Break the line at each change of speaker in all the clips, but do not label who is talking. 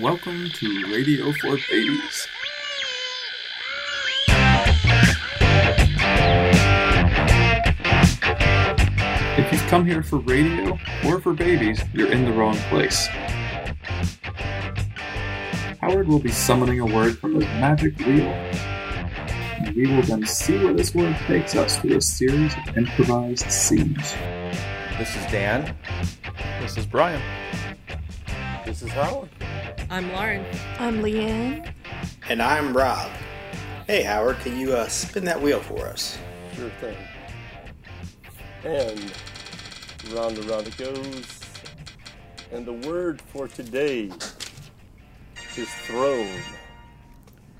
Welcome to Radio for Babies. If you've come here for radio or for babies, you're in the wrong place. Howard will be summoning a word from his magic wheel, and we will then see where this word takes us through a series of improvised scenes.
This is Dan.
This is Brian.
This is Howard.
I'm Lauren.
I'm Leanne.
And I'm Rob. Hey, Howard, can you uh, spin that wheel for us?
Sure thing. And round and round it goes. And the word for today is throne.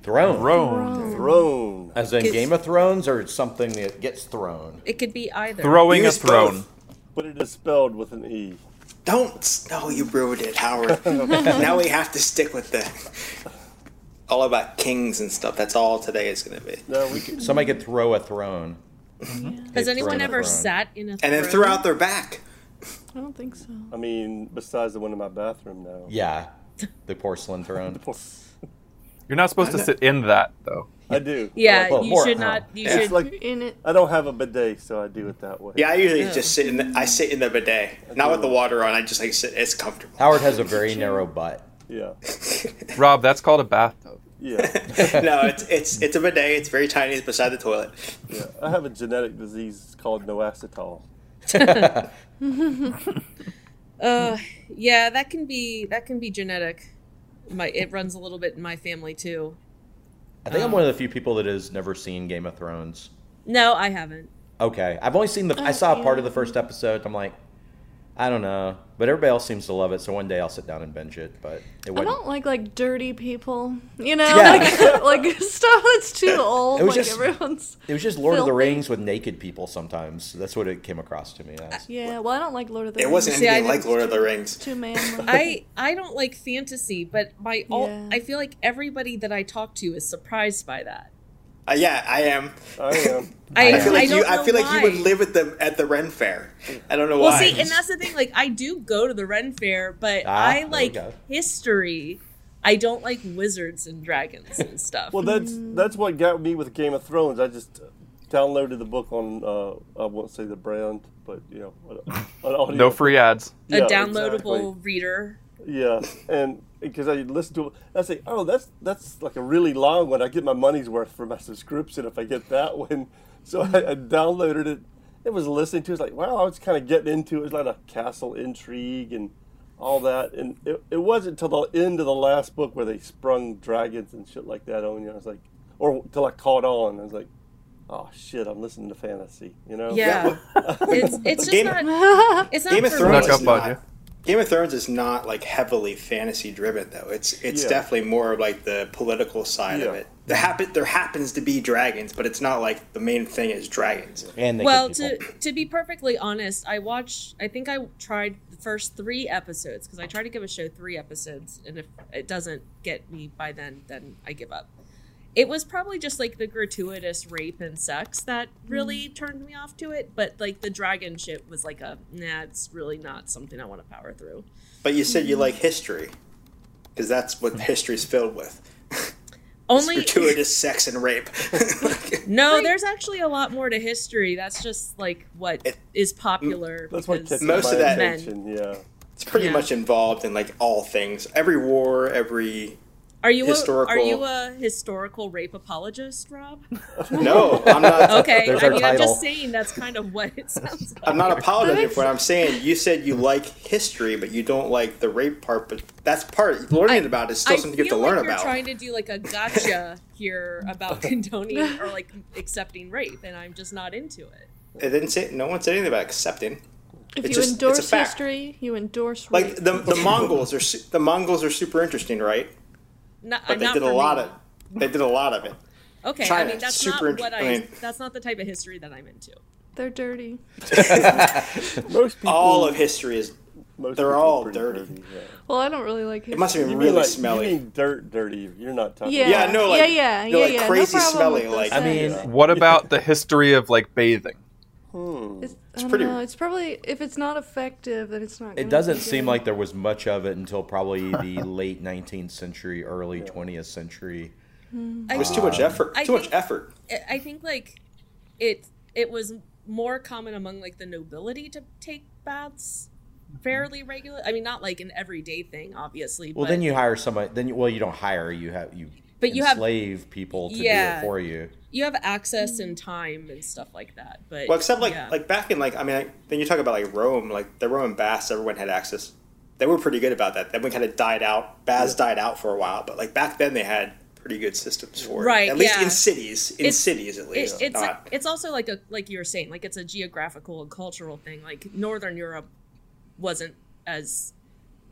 Throne.
Throne.
Throne.
Throne.
I
As in
Gets-
Game of
Thrones or something that gets thrown?
It could be either.
Throwing a
Use
throne.
both.
But it is spelled with an E.
Don't. s- No, you ruined it, Howard. now we have to stick with the. All about kings and stuff. That's all today is going to be.
Now we can,
Somebody could throw a throne.
Mm-hmm. Has
They've
anyone
thrown a
ever
throne.
sat in a
And then throw out their back.
I don't think so.
Oh.
I mean, besides the one in my bathroom now.
Yeah. The porcelain throne.
You're not supposed to sit in that, though.
I do.
Yeah,
Well,
you
or-
should not. You
It's
should.
like
You're in it.
I don't have a bidet, so I do it that way.
Yeah, I usually just sit in. The, I sit in the bidet, not with the water on. I just like sit. It's comfortable.
Howard has a very narrow butt.
Yeah.
Rob, that's called a bathtub.
Yeah.
no, it's it's it's a bidet. It's very tiny. It's beside the toilet.
yeah. I have a genetic disease called noacetol.
uh, yeah, that can be that can be genetic. My it runs a little bit in my family too.
I think I'm one of the few people that has never seen Game of Thrones.
No, I haven't.
Okay. I've only seen the. I
Oh,
saw part
yeah.
of the first episode. I'm like, I don't know. But everybody else seems to love it, so one day I'll sit down and binge it. But it
I
wasn't.
don't like like dirty people. You know,
Yeah.
like, like stuff that's too old.
It was
like
just-
everyone's.
It was just Lord of the
Filthy.
Rings with naked people sometimes. That's what it came across to me as.
Yeah. Well, I don't like Lord of the.
It
Rings.
wasn't
See, I
anything
didn't-
like Lord of the Rings.
too manly.
I I don't like fantasy, but my all,
Yeah.
I feel like everybody that I talk to is surprised by that.
Uh, yeah, I am.
I am.
Uh, I,
I feel like
don't
you. I
know
feel like you would
why.
live at the at the Ren Fair. I don't know
Well,
why.
see, and that's the thing. Like, I do go to the Ren Fair, but
Ah,
I
there we
like
go.
history. I don't like wizards and dragons and stuff.
Well, that's that's what got me with Game of Thrones. I just downloaded the book on uh, I won't say the brand, but you know, on- on audio.
No free ads.
a
Yeah,
downloadable reader.
exactly. Yeah, and because I listened to it, I say, oh, that's that's like a really long one. I get my money's worth for my subscription if I get that one. So I, I downloaded it. It was listening to. it. It's like wow, I was kind of getting into it. It was like a castle intrigue and all that. And it, it wasn't till the end of the last book where they sprung dragons and shit like that on you. I was like, or till I caught on. I was like, oh shit, I'm listening to fantasy. You know?
Yeah, it's it's just
Game-
not.
I
It's not
Game of
for
Thrones
me.
Snuck
is
up on
not,
you.
Game of Thrones is not like heavily fantasy driven though. It's it's
Yeah.
definitely more of, like the political side of
Yeah.
it. There happen there happens to be dragons, but it's not like the main thing is dragons.
And naked
Well,
people.
to to be perfectly honest, I watched. I think I tried the first three episodes because I try to give a show three episodes, and if it doesn't get me by then, then I give up. It was probably just like the gratuitous rape and sex that really turned me off to it, but like the dragon shit was like a nah, it's really not something I want to power through.
But you said you like history because that's what history's filled with.
Only
Gratuitous sex and rape. Like,
no, there's actually a lot more to history. That's just like what is
It- Mm,
popular.
That's what
because-
catches
Most
my
of that-
attention. Yeah.
it's pretty
Yeah.
much involved in like all things. Every war, every
Are you a, are
historical-
you a historical rape apologist, Rob?
No, I'm not
Okay,
There's
I
our
mean, I'm
title.
just saying that's kind of what it sounds like.
I'm not apologizing for what I'm saying. You said you like history, but you don't like the rape part. But that's part learning about is still
I
something you have
feel
to learn
like
about.
You're trying to do like a gotcha here about condoning or like accepting rape, and I'm just not into it.
It didn't say no one said anything about accepting.
If you
It's just- it's a
endorse
fact.
history, you endorse
Like
rape.
the the Mongols are su- the Mongols are super interesting, right?
Not,
But they
Uh, not
did a
for
lot
me.
of they did a lot of it.
Okay, I
China,
mean that's
super
not what I.
int- I mean-
that's not the type of history that I'm into.
They're dirty.
Most people.
All of history is
Most people
They're
are
all
pretty
dirty.
yeah.
Well, I don't really like history.
it must have been
You
really
mean like,
smelly.
You mean dirt dirty. You're not talking.
yeah.
Yeah, no, like-
yeah, yeah,
no,
yeah,
like
yeah.
crazy
no problem
smelly,
with
like-
those
I mean,
things.
What about the history of like bathing?
It's, I don't
pretty-
know. It's probably if it's not effective, then it's not. gonna
It
be
doesn't
good.
seem like there was much of it until probably the late 19th century, early 20th century.
I
It was
think-
too much effort.
I
too much
think-
effort.
I- I think like it it was more common among like the nobility to take baths
Mm-hmm.
fairly regular. I mean, not like an everyday thing, obviously.
Well,
but
then you hire somebody. Then you, well, you don't hire. You have you.
But you have-
enslave people to
Yeah.
do it for you.
you have access and time and stuff like that. But
Well, except like
yeah.
like back in like I mean, like, then you talk about like Rome, like the Roman baths, everyone had access. They were pretty good about that. Then we kind of died out. Baths died out for a while, but like back then they had pretty good systems for it.
Right,
At least
yeah.
in cities, in
It's-
cities at
It-
least.
it's
not,
like, it's also like a like you were saying like it's a geographical and cultural thing. Like Northern Europe wasn't as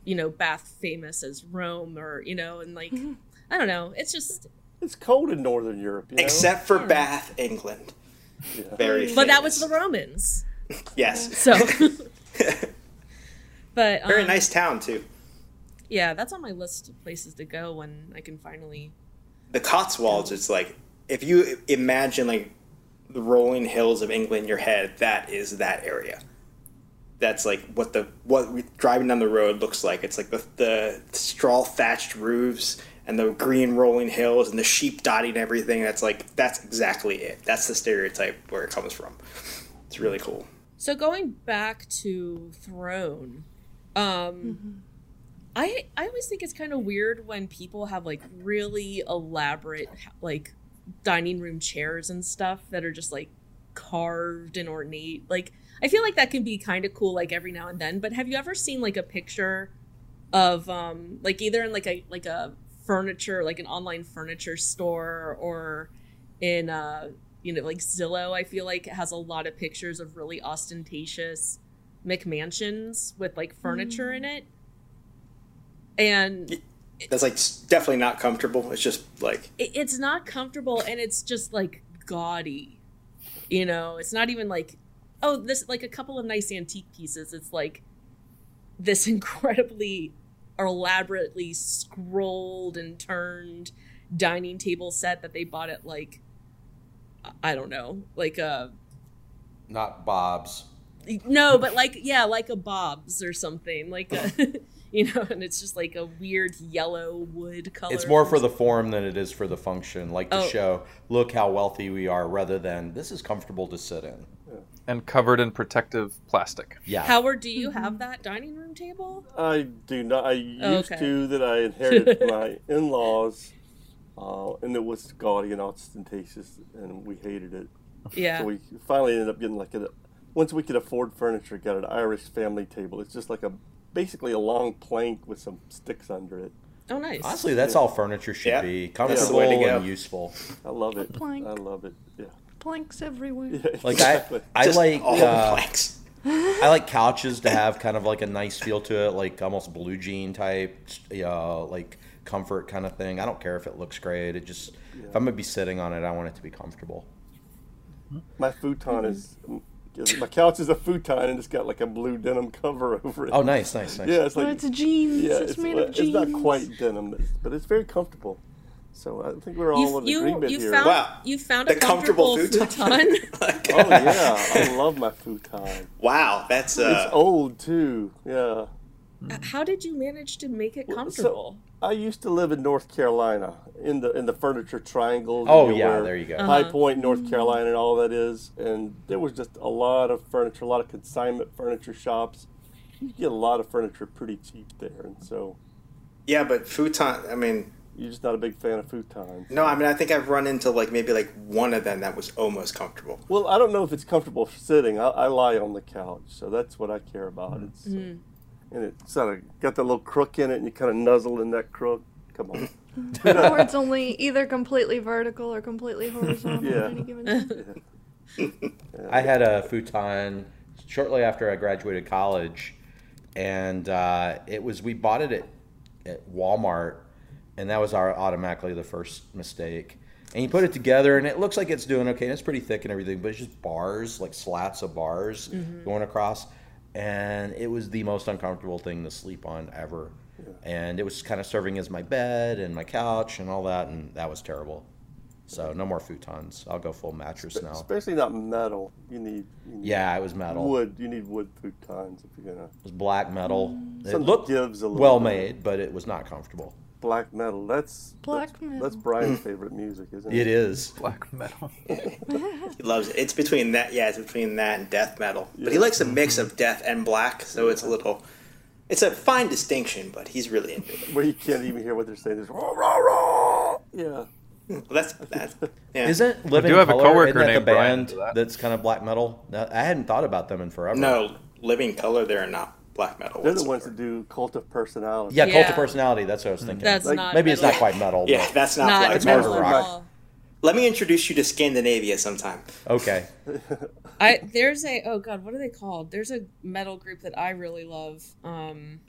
you know bath famous as Rome or you know and like
Mm-hmm.
I don't know. It's just
It's cold in Northern Europe. You know?
except for Bath, England. Very.
hmm. but that was the
famous.
Romans.
yes.
So but um,
Very nice town too.
Yeah, that's on my list of places to go when I can finally.
The Cotswolds. It's like if you imagine like the rolling hills of England in your head, that is that area. That's like what the what we, driving down the road looks like. It's like the the straw thatched roofs and the green rolling hills and the sheep dotting everything. That's like that's exactly it. That's the stereotype where it comes from. It's really cool.
So going back to Throne, um, I I always think it's kind of weird when people have like really elaborate like dining room chairs and stuff that are just like carved and ornate. Like I feel like that can be kind of cool like every now and then. But have you ever seen like a picture of um like either in like a like a furniture like an online furniture store or in uh you know like Zillow I feel like has a lot of pictures of really ostentatious McMansions with like furniture in it. And
That's like s- definitely not comfortable. It's just like
it, it's not comfortable and it's just like gaudy you know it's not even like oh this like a couple of nice antique pieces it's like this incredibly elaborately scrolled and turned dining table set that they bought at like I- i don't know like a
Not Bob's.
no but like yeah like a bob's or something like a you know and it's just like a weird yellow wood color
It's more for the form than it is for the function, like to
Oh.
show, look how wealthy we are, rather than this is comfortable to sit in.
and covered in protective plastic.
Yeah.
howard do you have that dining room table
I do not. I used
Okay.
to that I inherited from my in-laws, uh, and it was gaudy and ostentatious, and we hated it.
Yeah.
So we finally ended up getting like a. Once we could afford furniture, got an Irish family table. It's just like a basically a long plank with some sticks under it.
oh, nice.
Honestly, that's all furniture should
Yeah.
be
That's the
comfortable
way to go.
and useful.
I love it.
plank.
I love it. Yeah.
planks everywhere.
yeah
Like
exactly.
I, I
just
like
all
uh,
planks.
I like couches to have kind of like a nice feel to it, like almost blue jean type, you know, like comfort kind of thing. I don't care if it looks great. It just if I'm gonna be sitting on it, I want it to be comfortable.
my futon is. My couch is a futon, and it's got like a blue denim cover over it.
Oh, nice, nice, nice.
Yeah, it's
Well,
like
it's jeans.
Yeah,
it's, made of jeans.
not quite denim, it's- but it's very comfortable. So I think we're all
you
in
you,
agreement
you
here.
found
Wow.
you found a
The comfortable
comfortable,
futon.
futon.
Like,
oh yeah, I love my futon.
wow, that's uh,
It's old too. Yeah.
How did you manage to make it
So
comfortable?
I used to live in North Carolina in the in the furniture triangle.
Oh,
you know,
yeah,
where
there you go.
Uh-huh.
High Point,
Mm-hmm.
North Carolina, and all that is, and there was just a lot of furniture, a lot of consignment furniture shops. You could get a lot of furniture pretty cheap there, and so
yeah, but futon. I mean,
you're just not a big fan of futons.
No, I mean I think I've run into like maybe like one of them that was almost comfortable.
Well, I don't know if it's comfortable for sitting. I, I lie on the couch, so that's what I care about. It's, uh,
Mm-hmm.
And it's sort of got that little crook in it, and you kind of nuzzle in that crook. Come on.
or it's only either completely vertical or completely horizontal
Yeah.
at any given time.
I had a futon shortly after I graduated college, and uh, it was we bought it at, at Walmart, and that was our automatically the first mistake. And you put it together, and it looks like it's doing okay. And it's pretty thick and everything, but it's just bars, like slats of bars going across. And it was the most uncomfortable thing to sleep on ever. And it was kind of serving as my bed and my couch and all that, and that was terrible. So no more futons. I'll go full mattress now.
Especially not metal. You need, you need
Yeah, it was metal.
wood. You need wood futons if you're gonna
It was black metal. It
Mm. Something
looked
gives a little
well
bit.
made, but it was not comfortable.
black metal. That's
Black
that's,
metal.
That's Brian's favorite music, isn't
It
it?
is.
Black metal.
He loves it. It's between that, yeah, it's between that and death metal. But he
Yeah. Mm-hmm.
likes a mix of death and black, so it's a little, it's a fine distinction. But he's really into it.
Where you can't even hear what they're saying. There's rah rah rah. Yeah.
Well, that's that's yeah.
Isn't Living
do have a
Color
coworker
isn't that
named
the
Brian
band
for that.
that's kind of black metal? No, I hadn't thought about them in forever.
no living color? They're not black metal.
They're the
whatsoever.
ones that do cult of personality.
Yeah, Cult
Yeah.
of Personality. That's
Mm-hmm.
what I was thinking.
That's
Like,
not.
Maybe it's not
metal.
quite metal.
Yeah,
but-
that's not,
Not
black
metal
metal.
at
rock.
all.
Let me introduce you to Scandinavia sometime.
okay.
I there's a oh god, what are they called? There's a metal group that I really love. Um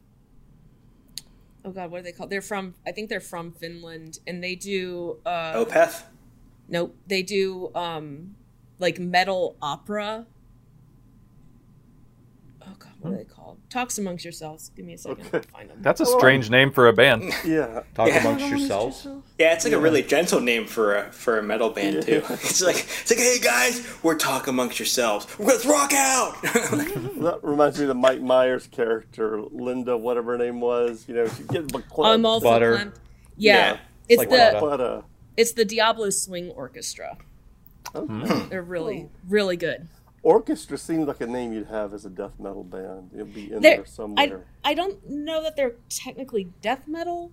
Oh god, what are they called? They're from I think they're from Finland and they do uh
Opeth.
nope, they do um like metal opera. Oh god, what are they called? Talks amongst yourselves. Give me a second. I'll find them.
That's a strange name for a band.
Yeah.
Talk
Yeah.
amongst
Amongst
yourselves.
Yeah, it's like a really gentle name for a for a metal band too. It's like it's like, hey guys, we're talk amongst yourselves. We're gonna rock out.
That reminds me of the Mike Myers character, Linda, whatever her name was. You know, she get
I'm
club,
also
Butter.
clamped. Yeah.
Yeah.
It's
Like
the
butter.
but uh,
it's the Diablo Swing Orchestra. They're really really good.
orchestra seems like a name you'd have as a death metal band. It'd be in
They're-
there
I,
somewhere.
I don't know that they're technically death metal.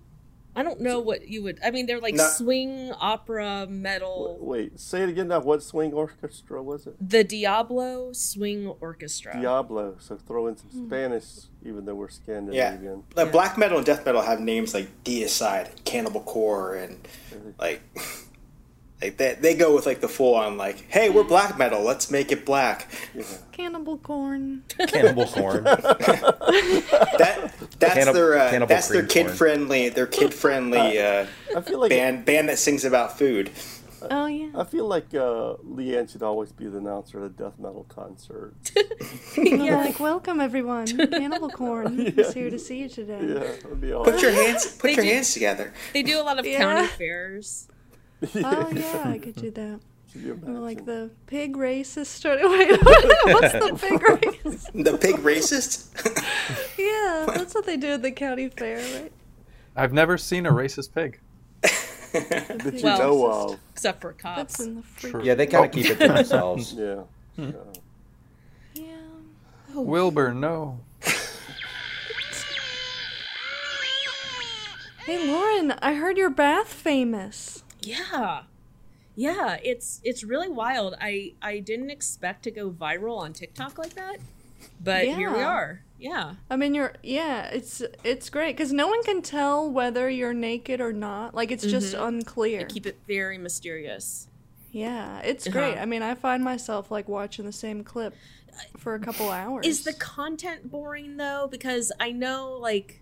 I don't know what you would. I mean, they're like
No.
swing opera metal.
Wait, say it again. Now, what swing orchestra was it?
The Diablo Swing Orchestra.
Diablo. So throw in
Hmm.
some Spanish, even though we're Scandinavian.
Like black metal and death metal have names like Deicide, Cannibal Core, and like like they, they go with like the full on like, hey, we're black metal, let's make it black.
Cannibal corn.
Cannibal corn.
That that's
Cannibal-
their uh,
Cannibal
that's their
Cream
kid
Corn.
friendly their kid friendly uh,
I feel like
band band that sings about food.
Uh,
Oh yeah.
I feel like uh, Leanne should always be the announcer at a death metal concert.
Yeah, like welcome everyone. Cannibal corn is here to see you today.
Yeah, that'd be awesome.
Put your hands put
They
your
do-
hands together.
They do a lot of
Yeah.
county fairs.
Oh yeah, I could do that.
Could you
Or,
imagine?
like the pig race is starting. Wait, what's the pig race?
The pig racist?
Yeah, that's what they do at the county fair, right?
I've never seen a racist pig.
that you
Well-
know of.
Except for
That's
cops.
in the freak.
yeah, they kind of keep it to themselves.
Yeah.
Yeah.
Wilbur, no.
Hey Lauren, I heard you're bath famous.
Yeah, yeah. It's it's really wild. I I didn't expect to go viral on TikTok like that, but here we
Yeah.
are. Yeah.
I mean, you're yeah, it's it's great because no one can tell whether you're naked or not. Like it's just unclear.
Mm-hmm. Keep it very mysterious.
yeah, it's great.
Uh-huh.
I mean, I find myself like watching the same clip for a couple hours.
Is the content boring though? Because I know, like,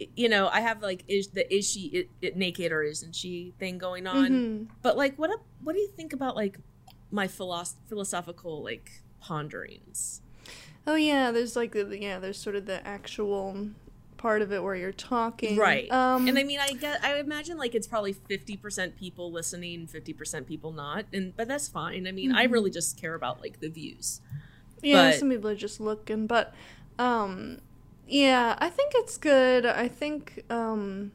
y- you know, I have like, is the is she it, it naked or isn't she thing going on?
Mhm.
But like, what up? What do you think about like my philosoph- philosophical like ponderings?
Oh yeah, there's like the, yeah, there's sort of the actual part of it where you're talking,
Right.
Um,
and I mean, I guess I imagine like it's probably fifty percent people listening, fifty percent people not, and but that's fine. I mean, I really just care about like the views.
Yeah,
but-
some people are just looking, but um yeah, I think it's good. I think um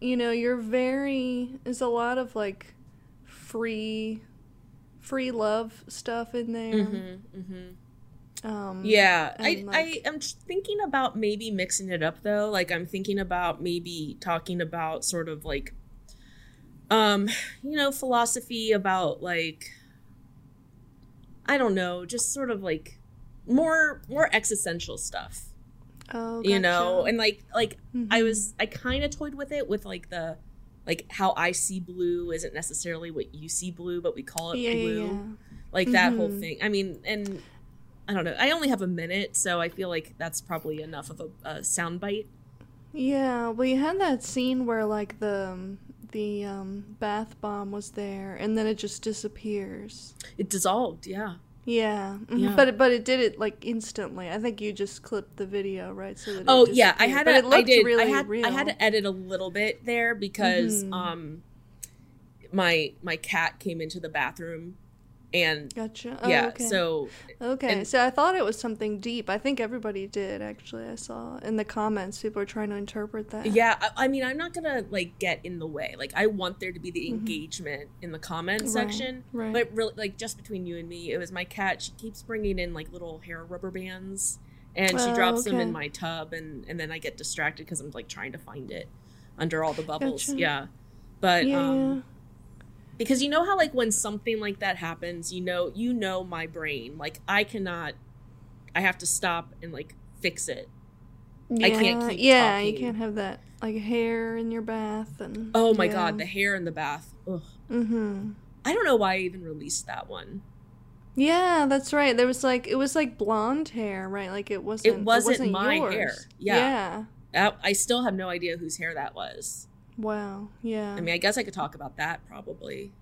you know, you're very there's a lot of like free free love stuff in there. Um
Mm-hmm. Yeah, I,
And,
I
like-
am tr- thinking about maybe mixing it up though. Like I'm thinking about maybe talking about sort of like, um, you know, philosophy about like, I don't know, just sort of like more more existential stuff,
oh,
you know,
gotcha. Mm-hmm.
and like like I was I kind of toyed with it with like the like how I see blue isn't necessarily what you see blue, but we call it
yeah, yeah,
blue
yeah.
like that whole
Mhm.
thing. I mean, and I don't know. I only have a minute, so I feel like that's probably enough of a, a soundbite.
Yeah, well, you had that scene where like the um, the um, bath bomb was there, and then it just disappears.
It dissolved, yeah.
Yeah, mhm,
Yeah.
but it, but it did it like instantly. I think you just clipped the video, right? So that it
Oh yeah, I
disappeared.
had.
But
A,
it looked
I did.
really
I had.
real.
Mm-hmm. I had to edit a little bit there because um, my my cat came into the bathroom and
Gotcha. Oh,
yeah,
Okay.
so
okay.
and-
so I thought it was something deep. I think everybody did actually. I saw in the comments people are trying to interpret that.
yeah, I, I mean, I'm not gonna like get in the way. Like, I want there to be the engagement in the comment
Right,
section,
right.
but really, like just between you and me, it was my cat. She keeps bringing in like little hair rubber bands, and she
Oh,
drops them
okay.
in my tub, and and then I get distracted because I'm like trying to find it under all the bubbles.
Gotcha.
Yeah, but
Yeah.
um, because you know how like when something like that happens you know you know my brain like i cannot i have to stop and like fix it
yeah.
I can't keep
yeah, you
talking.
can't have that like hair in your bath and.
oh my
yeah.
god the hair in the bath Ugh.
Mm-hmm.
i don't know why i even released that one
Yeah, that's right. There was like it was like blonde hair, right? Like it wasn't.
wasn't
wasn't
my
yours.
hair. Yeah.
Yeah.
i I still have no idea whose hair that was
Wow. Yeah.
i mean i guess i could talk about that probably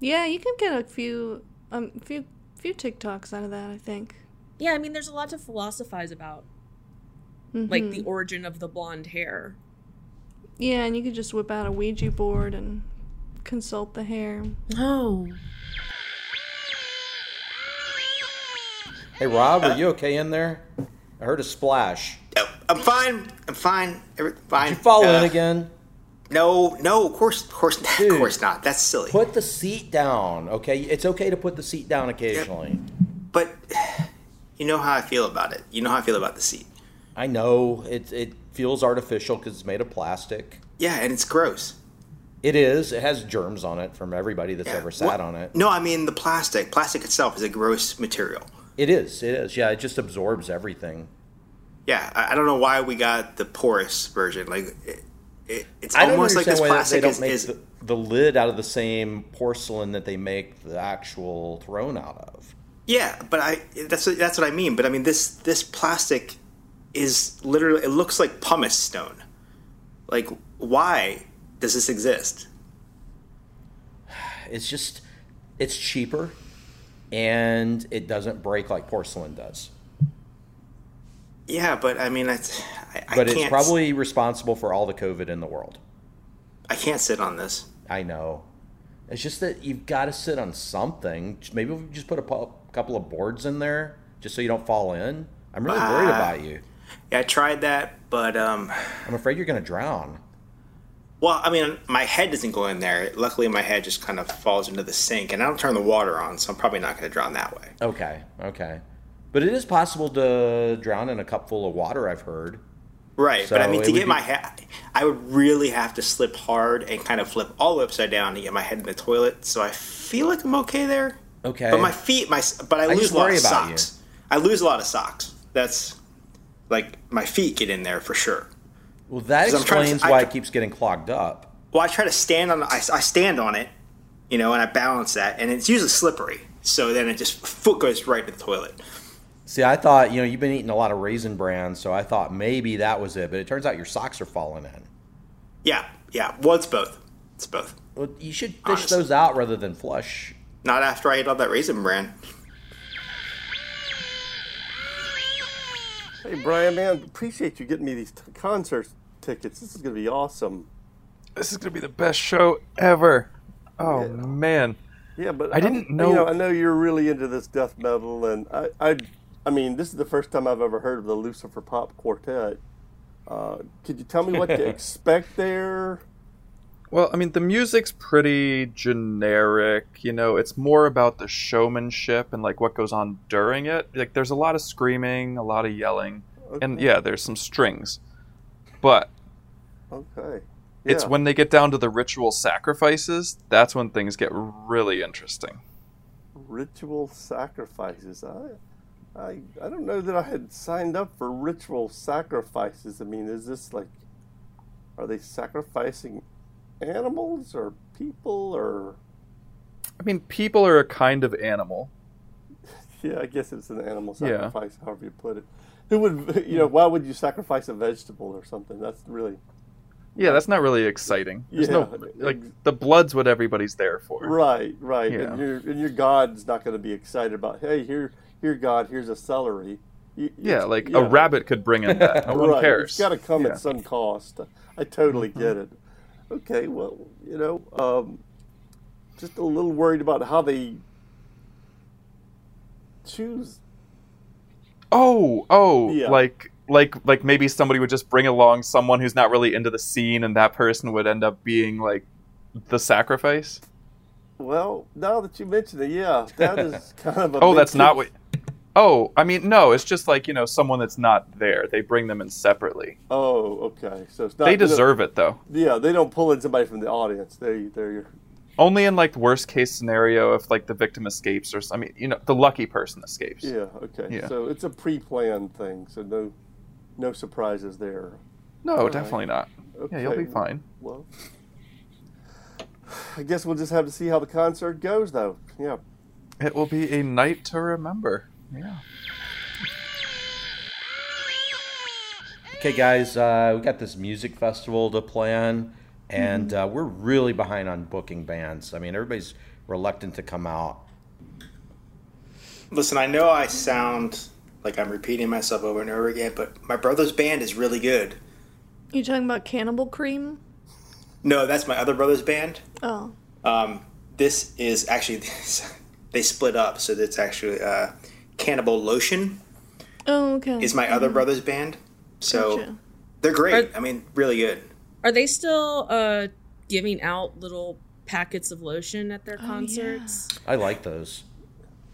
yeah, you can get a few um few few TikToks out of that. I think.
yeah i mean there's a lot to philosophize about
Mm-hmm.
like
Hmm.
the origin of the blonde hair
Yeah, and you could just whip out a Ouija board and consult the hair.
oh
Hey, Rob, were you okay in there? I heard a splash.
No, Uh, I'm fine. I'm fine. Everything fine.
Did you fall
Uh,
in again?
No, no. Of course, of course, of
Dude.
course not. That's silly.
Put the seat down, okay? It's okay to put the seat down occasionally.
But you know how I feel about it. You know how I feel about the seat.
I know it, it feels artificial because it's made of plastic.
Yeah, and it's gross.
It is. It has germs on it from everybody that's
Yeah.
ever sat
What-
on it.
No, I mean the plastic. Plastic itself is a gross material.
It is. It is. Yeah, it just absorbs everything.
Yeah, I, I don't know why we got the porous version. Like, it, it, it's
I don't
almost like
understand
this
why they
plastic
don't
is,
make
is
the, the lid out of the same porcelain that they make the actual throne out of.
Yeah, but I that's what- that's what I mean. But I mean this this plastic is literally it looks like pumice stone. Like why does this exist?
It's just, it's cheaper, and it doesn't break like porcelain does.
Yeah, but I mean it's, I, I
But
can't
it's probably responsible for all the COVID in the world.
I can't sit on this.
I know. It's just that you've got to sit on something. Maybe we just put a pu- couple of boards in there just so you don't fall in. I'm really worried
Ah.
about you.
Yeah, I tried that, but um
I'm afraid you're going to drown.
well, I mean my head doesn't go in there. Luckily my head just kind of falls into the sink and I don't turn the water on, so I'm probably not going to drown that way.
Okay, okay. But it is possible to drown in a cup full of water, I've heard.
Right, but I
So
mean
it
to
would
get
be-
my head, I would really have to slip hard and kind of flip all upside down to get my head in the toilet. So I feel like I'm okay there.
Okay.
But my feet, my but I lose
Eh. just
a lot
worry
of
about you.
socks. I lose a lot of socks. That's like my feet get in there for sure.
well, that
'Cause I'm trying to-
explains
I
why
tr-
it keeps getting clogged up.
Well, I try to stand on. I, I stand on it, you know, and I balance that, and it's usually slippery. So then it just foot goes right to the toilet.
See, I thought, you know, you've been eating a lot of raisin bran, so I thought maybe that was it. But it turns out your socks are falling in.
Yeah, yeah. Well, it's both. It's both.
Well, you should fish
Honestly.
those out rather than flush.
Not after I ate all that raisin bran.
Hey, Brian, man, appreciate you getting me these t- concert tickets. This is going to be awesome.
This is gonna be the best show ever. Oh man.
Yeah, but
I didn't
I'm-
know-
You know, I know you're really into this death metal, and I, I, I mean, this is the first time I've ever heard of the Lucifer Pop Quartet. Uh, could you tell me what to expect there?
Well, I mean, the music's pretty generic. You know, it's more about the showmanship and like what goes on during it. Like, there's a lot of screaming, a lot of yelling, and yeah, there's some strings. But
Okay.
it's
Yeah.
when they get down to the ritual sacrifices that's when things get really interesting.
ritual sacrifices. I, I, I don't know that I had signed up for ritual sacrifices. I mean, is this like, are they sacrificing animals or people or?
I mean, people are a kind of animal.
Yeah, I guess it's an animal
Yeah.
sacrifice, however you put it. Who would, you know, why would you sacrifice a vegetable or something? That's really
Yeah, that's not really exciting. There's no
Yeah.
like the blood's what everybody's there for.
right, right.
Yeah.
And your and your God's not going to be excited about. Hey, here, here, God, here's a celery. You- you-
Yeah, like a rabbit could bring in that. No one
right.
cares.
It's got to come
Yeah. Mm-hmm.
at some cost. I totally get it. Okay, well, you know, um, just a little worried about how they choose.
Oh, oh,
Yeah.
like like like maybe somebody would just bring along someone who's not really into the scene, and that person would end up being like the sacrifice.
Well, now that you mention it, yeah, that is kind of a.
oh,
big
that's not
kick.
what. Oh, I mean, no, it's just like you know someone that's not there. They bring them in separately.
Oh, okay. So it's not.
they deserve it though.
Yeah, they don't pull in somebody from the audience. They, they're.
Only in like the worst case scenario if like the victim escapes or s- I mean you know the lucky person escapes.
Yeah. Okay.
Yeah.
So it's a pre-planned thing. So no, no surprises there.
No,
right.
definitely not.
Okay.
Yeah, you'll be fine.
Well, I guess we'll just have to see how the concert goes, though. Yeah.
It will be a night to remember. Yeah.
Okay, guys, uh, we got this music festival to plan, and uh, we're really behind on booking bands. I mean, everybody's reluctant to come out.
Listen, I know I sound like I'm repeating myself over and over again, but my brother's band is really good.
You talking about Cannibal Cream?
No, that's my other brother's band.
Oh.
Um, this is actually this, they split up, so it's actually uh, Cannibal Lotion
Oh, okay.
is my other brother's band. So
Gotcha.
they're great.
Are-
I mean, really good.
Are they still uh, giving out little packets of lotion at
Oh,
their concerts?
I like those.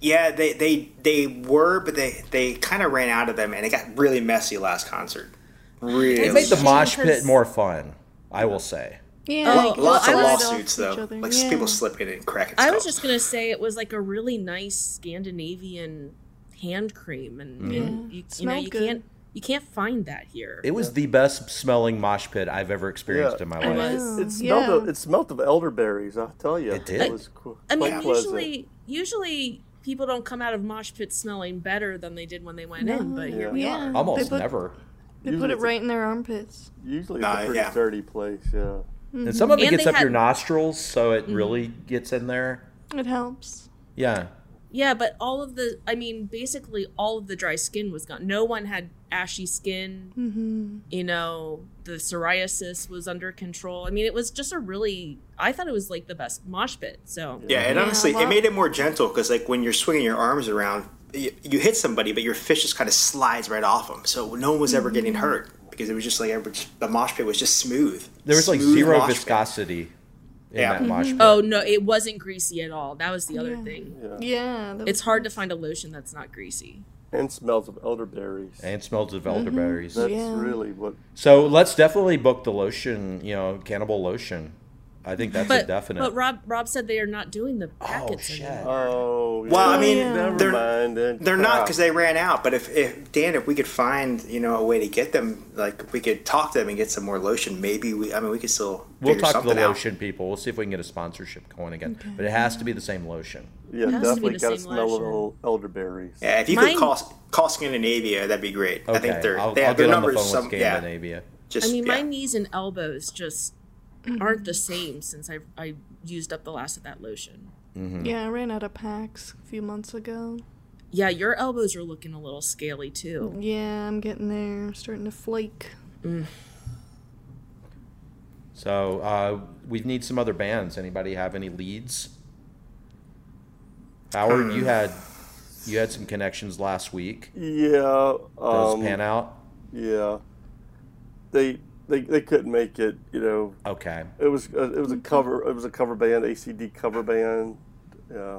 Yeah, they they they were, but they they kind of ran out of them, and it got really messy last concert. Really,
It made the
Interesting,
mosh pit
'cause-
more fun, I will say.
Yeah.
Oh,
they
lots
Well,
of
I was-
lawsuits
off each
though,
other,
like
yeah.
people slipping and cracking.
I
stuff.
was just gonna say it was like a really nice Scandinavian hand cream, and,
Mm-hmm.
and
Yeah.
you, you know
Smelled
you
good.
can't you can't find that here.
It was the best smelling mosh pit I've ever experienced
Yeah.
in my
I
life.
know.
It smelled. Of,
Oh, yeah.
it smelled of elderberries. I tell you,
It did.
It was qu-
I mean,
quite pleasant.
usually usually people don't come out of mosh pits smelling better than they did when they went in, but here we
yeah.
are.
Almost
They put-
never.
They
Usually
put it
it's a-
right in their armpits.
Usually
Nah,
it's a pretty
yeah.
dirty place. Yeah.
And some of it
Mm-hmm. And
gets
they
up your
had- Mm-hmm.
nostrils, so it really gets in there.
It helps.
Yeah.
Yeah, but all of the I mean, basically all of the dry skin was gone. No one had ashy skin.
Mm-hmm.
you know the psoriasis was under control i mean it was just a really i thought it was like the best mosh pit so
yeah, and
Yeah,
honestly,
well-
it made it more gentle because like when you're swinging your arms around, you, you hit somebody, but your fish just kind of slides right off them, so no one was ever getting
Mm-hmm.
hurt because it was just like every, the mosh pit was just smooth.
There was like
Smooth
zero
mosh pit.
viscosity in
Yeah.
that mosh pit.
oh no it wasn't greasy at all that was the other
Yeah.
thing
Yeah. that
it's
was-
hard to find a lotion that's not greasy
And smells of elderberries.
And it smells of elderberries.
Mm-hmm.
That's
Yeah.
really what.
So let's definitely book the lotion, you know, cannibal lotion. I think that's a
but
definite. Oh,
but rob rob said they are not doing the packets
shit.
anymore
Oh.
Well, I
yeah.
mean,
Yeah.
never
they're
mind. Then. Ah.
They're not
Crap.
because they ran out. But if, if Dan, if we could find you know a way to get them, like we could talk to them and get some more lotion. Maybe we. I mean, we could still.
we'll
figure
talk to the
something out.
lotion people. We'll see if we can get a sponsorship going again. But it has to be the same lotion.
Yeah,
It has to be
definitely
the
got to
same
smell
lotion.
of el- elderberries.
Yeah, if you
Mine-
could call call Scandinavia, that'd be great.
Okay.
I think they're
I'll,
they
I'll
have their
get on the phone
numbers.
with
Some yeah,
Scandinavia.
just
i mean
yeah.
my knees and elbows just
Mm-hmm.
aren't the same since i i used up the last of that lotion
Yeah, I ran out of packs a few months ago.
yeah your elbows are looking a little scaly too
Yeah, I'm getting there. I'm starting to flake.
So uh, we need some other bands. Anybody have any leads? Howard,
Hmm.
you had you had some connections last week.
Yeah.
Those
Um,
pan out.
yeah. They they they couldn't make it. You know,
Okay.
it was uh, it was a
Mm-hmm.
cover. It was a cover band, ACD cover band. Yeah.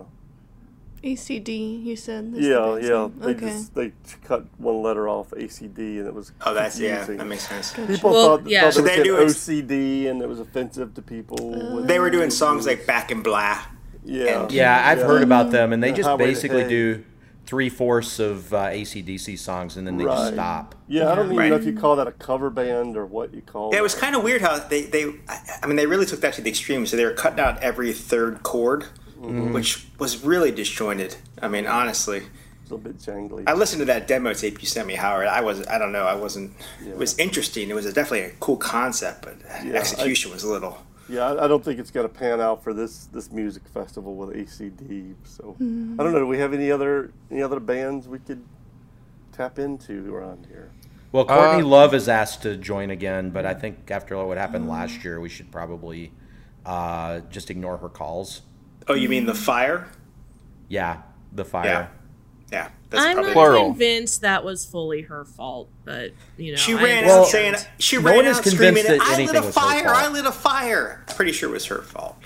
ACD, you said. is the
Yeah,
band's
yeah.
name?
They
Okay.
just they cut one letter off ACD, and it was
Oh, that's yeah.
confusing.
That makes sense.
people
Well,
thought,
yeah.
thought
So
they,
they
were
do
saying
ex-
OCD, and it was offensive to people.
Oh.
and-
They were doing songs like "Back in Blah."
yeah,
Yeah, I've
Yeah.
heard about them, and they just
Highway to
basically
Hay.
do three fourths of uh, ACDC songs, and then they just
Right.
stop.
yeah. I don't even
Right.
know if you call that a cover band or what you call.
Yeah, it was kind of weird how they they. I I mean, they really took that to the extreme. So they were cutting out every third chord,
Mm-hmm.
which was really disjointed. I mean, honestly,
It was a bit jangly.
I listened to that demo tape you sent me, Howard. I was I don't know. I wasn't. It was interesting. It was a, definitely a cool concept, but execution was a little.
yeah, I, I don't think it's gonna pan out for this this music festival with ACD. So I don't know. Do we have any other any other bands we could tap into around here?
Well, Courtney
Uh,
Love is asked to join again, but I think after what happened last year, we should probably uh, just ignore her calls.
Oh, you mean the fire?
Yeah, the fire.
Yeah, that's
I'm
probably
not
Plural.
convinced that was fully her fault, but you know,
She
I
ran
Well,
out saying, she
no
ran
one is
out screaming,
convinced that
I lit
anything
a
was her
fire,
fault."
I lit a fire. Pretty sure it was her fault.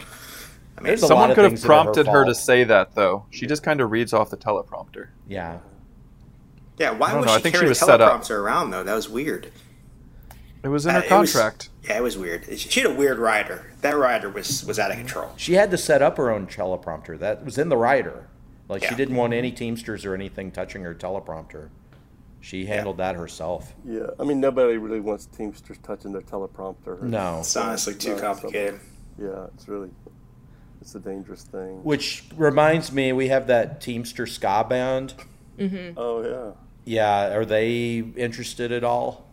I mean,
There's a lot
Someone
of
could have
things that are her
prompted her, to
fault.
say that, though. She just kind of reads off the teleprompter.
Yeah.
yeah, why
don't
was
know,
she
I think she
carrying
was
a
set up.
teleprompter around, though? That was weird.
It was in
Uh,
her
it was-
contract.
yeah, it was weird. She she had a weird rider. That rider was, was out of
Mm-hmm.
control.
She had to set up her own teleprompter. That was in the rider. Like she
Yeah.
didn't want any Teamsters or anything touching her teleprompter. She handled that herself.
Yeah, I mean nobody really wants Teamsters touching their teleprompter.
No.
It's honestly too
No,
complicated.
Yeah, it's really it's a dangerous thing.
Which reminds me, we have that Teamster ska band.
Oh yeah.
Yeah, are they interested at all?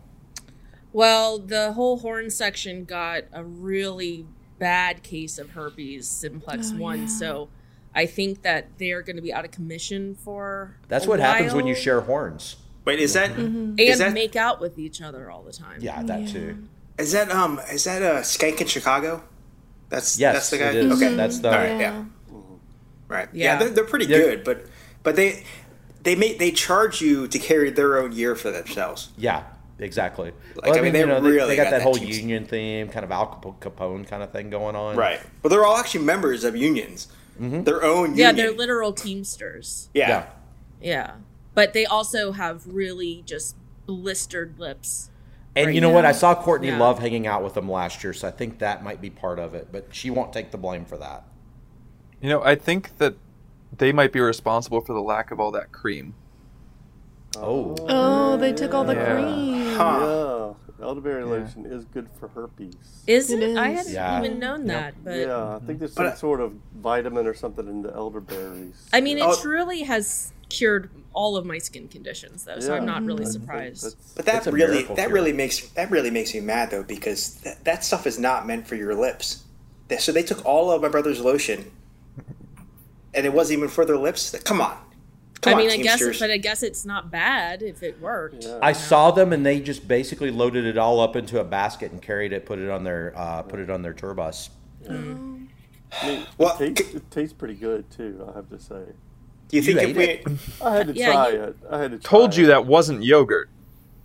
Well, the whole horn section got a really bad case of herpes simplex
Oh,
one,
yeah.
so I think that they're going to be out of commission for.
That's
a
what happens when you
while,
share horns.
Wait, is that
Mm-hmm.
and
is that-
make out with each other all the time.
Yeah, that too.
is that um is that a skank in Chicago? That's
Yes,
that's the guy.
it is.
Okay,
That's the
all right. Yeah, right. Yeah,
Yeah.
they're, they're pretty
They're-
good, but but they they make they charge you to carry their own gear for themselves.
Yeah, exactly.
Like, I mean, they really
got,
got
that,
that
whole
Teamster-
union theme, kind of Al Cap- Capone kind of thing going on.
Well, they're all actually members of unions.
Mm-hmm.
Their own union.
yeah, they're literal Teamsters.
yeah.
Yeah.
Yeah, but they also have really just blistered lips.
And
Right
you know what?
now.
I saw Courtney
Yeah.
Love hanging out with them last year, so I think that might be part of it, but she won't take the blame for that.
You know, I think that they might be responsible for the lack of all that cream.
Oh.
Oh, they took all the
Yeah.
cream.
Huh.
Yeah, elderberry lotion is good for herpes.
Is
It
it? I
is.
hadn't
Yeah.
even known that, but
yeah, I think there's
But
some
I-
sort of vitamin or something in the elderberries.
I mean, it
Oh.
truly has cured all of my skin conditions, though, so I'm
Yeah.
not really
I think
surprised.
that's-
But
That's
that
a
really
miracle
that
cure.
really makes that really makes me mad though because that, that stuff is not meant for your lips. They- So they took all of my brother's lotion, and it wasn't even for their lips. Come on, come
I mean,
on,
I guess,
Teamsters.
but I guess it's not bad if it worked.
Yeah.
I saw them, and they just basically loaded it all up into a basket and carried it, put it on their, uh, put it on their tour bus.
I mean,
Well,
it, tastes,
c-
it tastes pretty good too. I have to say,
Do you think
You
if
ate
we?
I had to
Yeah,
try
you-
it. I had to. Try
Told you
it.
that wasn't yogurt.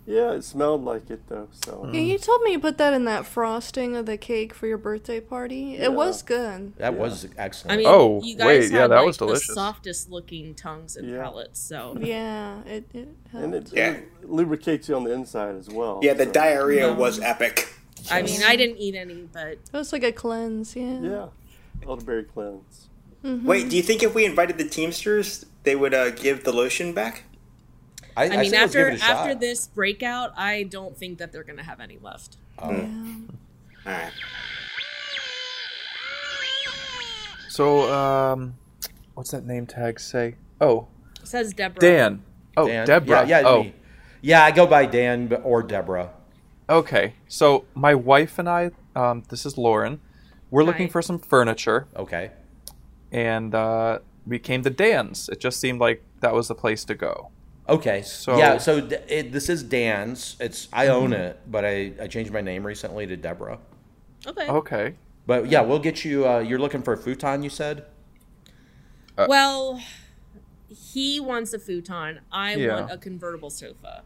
Yeah, it smelled like it though.
Mm-hmm.
So
Yeah, you told me you put that in that frosting of the cake for your birthday party. It was good.
That was excellent.
I mean,
Oh,
you guys
wait,
had,
yeah, that
like,
was delicious.
The softest looking tongues and
Yeah.
palates, so
Yeah, it, it
and
helped.
it,
Yeah.
it lubricates you on the inside as well.
Yeah, the
so-
diarrhea
No.
was epic.
I mean, I didn't eat any, but
It was like a cleanse, yeah.
Yeah, elderberry cleanse.
Wait, do you think if we invited the Teamsters, they would uh, give the lotion back?
I,
I,
I
mean,
say let's give
after
it a shot.
after this breakout, I don't think that they're gonna have any left.
All right.
So, um, what's that name tag say? Oh,
Says Deborah.
Dan. Oh,
Dan?
Deborah.
Yeah, yeah,
oh,
me. yeah. I go by Dan but- or Deborah.
okay. So my wife and I, um, this is Lauren. We're looking
Hi.
for some furniture,
Okay.
and uh, we came to Dan's. It just seemed like that was the place to go.
Okay.
So- Mm-hmm.
So yeah. So d- it, this is Dan's. It's I own it, but I, I changed my name recently to Deborah.
Okay.
Okay.
But yeah, we'll get you. Uh, you're looking for a futon, you said.
Well, he wants a futon. I
Yeah.
want a convertible sofa.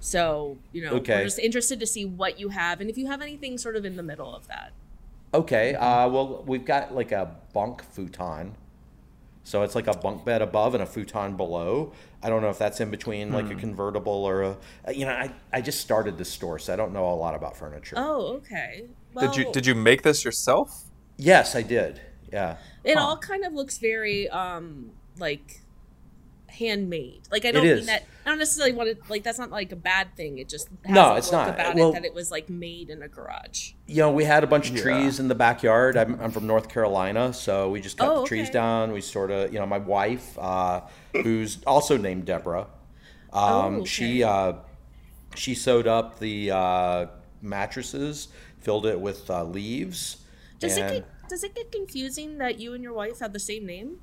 So you know,
Okay.
we're just interested to see what you have and if you have anything sort of in the middle of that.
Okay.
Mm-hmm.
Uh, well, we've got like a bunk futon. So it's like a bunk bed above and a futon below. I don't know if that's in between like a
Hmm.
convertible or a. You know, I, I just started this store, so I don't know a lot about furniture.
Oh, okay. Well,
Did you did you make this yourself?
Yes, I did. Yeah.
It all kind of looks very um like handmade. Like I
It
don't mean
is.
that. I don't necessarily want to like that's not like a bad thing. It just has
No,
a
it's
look
not.
about
Well-
it that it was like made in a garage.
you know, we had a bunch of
Yeah.
trees in the backyard. I'm, I'm from North Carolina, so we just cut
Oh,
the trees
okay.
down. We sort of, you know, my wife, uh, who's also named Deborah, um,
Oh,
she
okay.
uh, she sewed up the uh, mattresses, filled it with uh, leaves.
Does
and,
it get does it get confusing that you and your wife have the same name?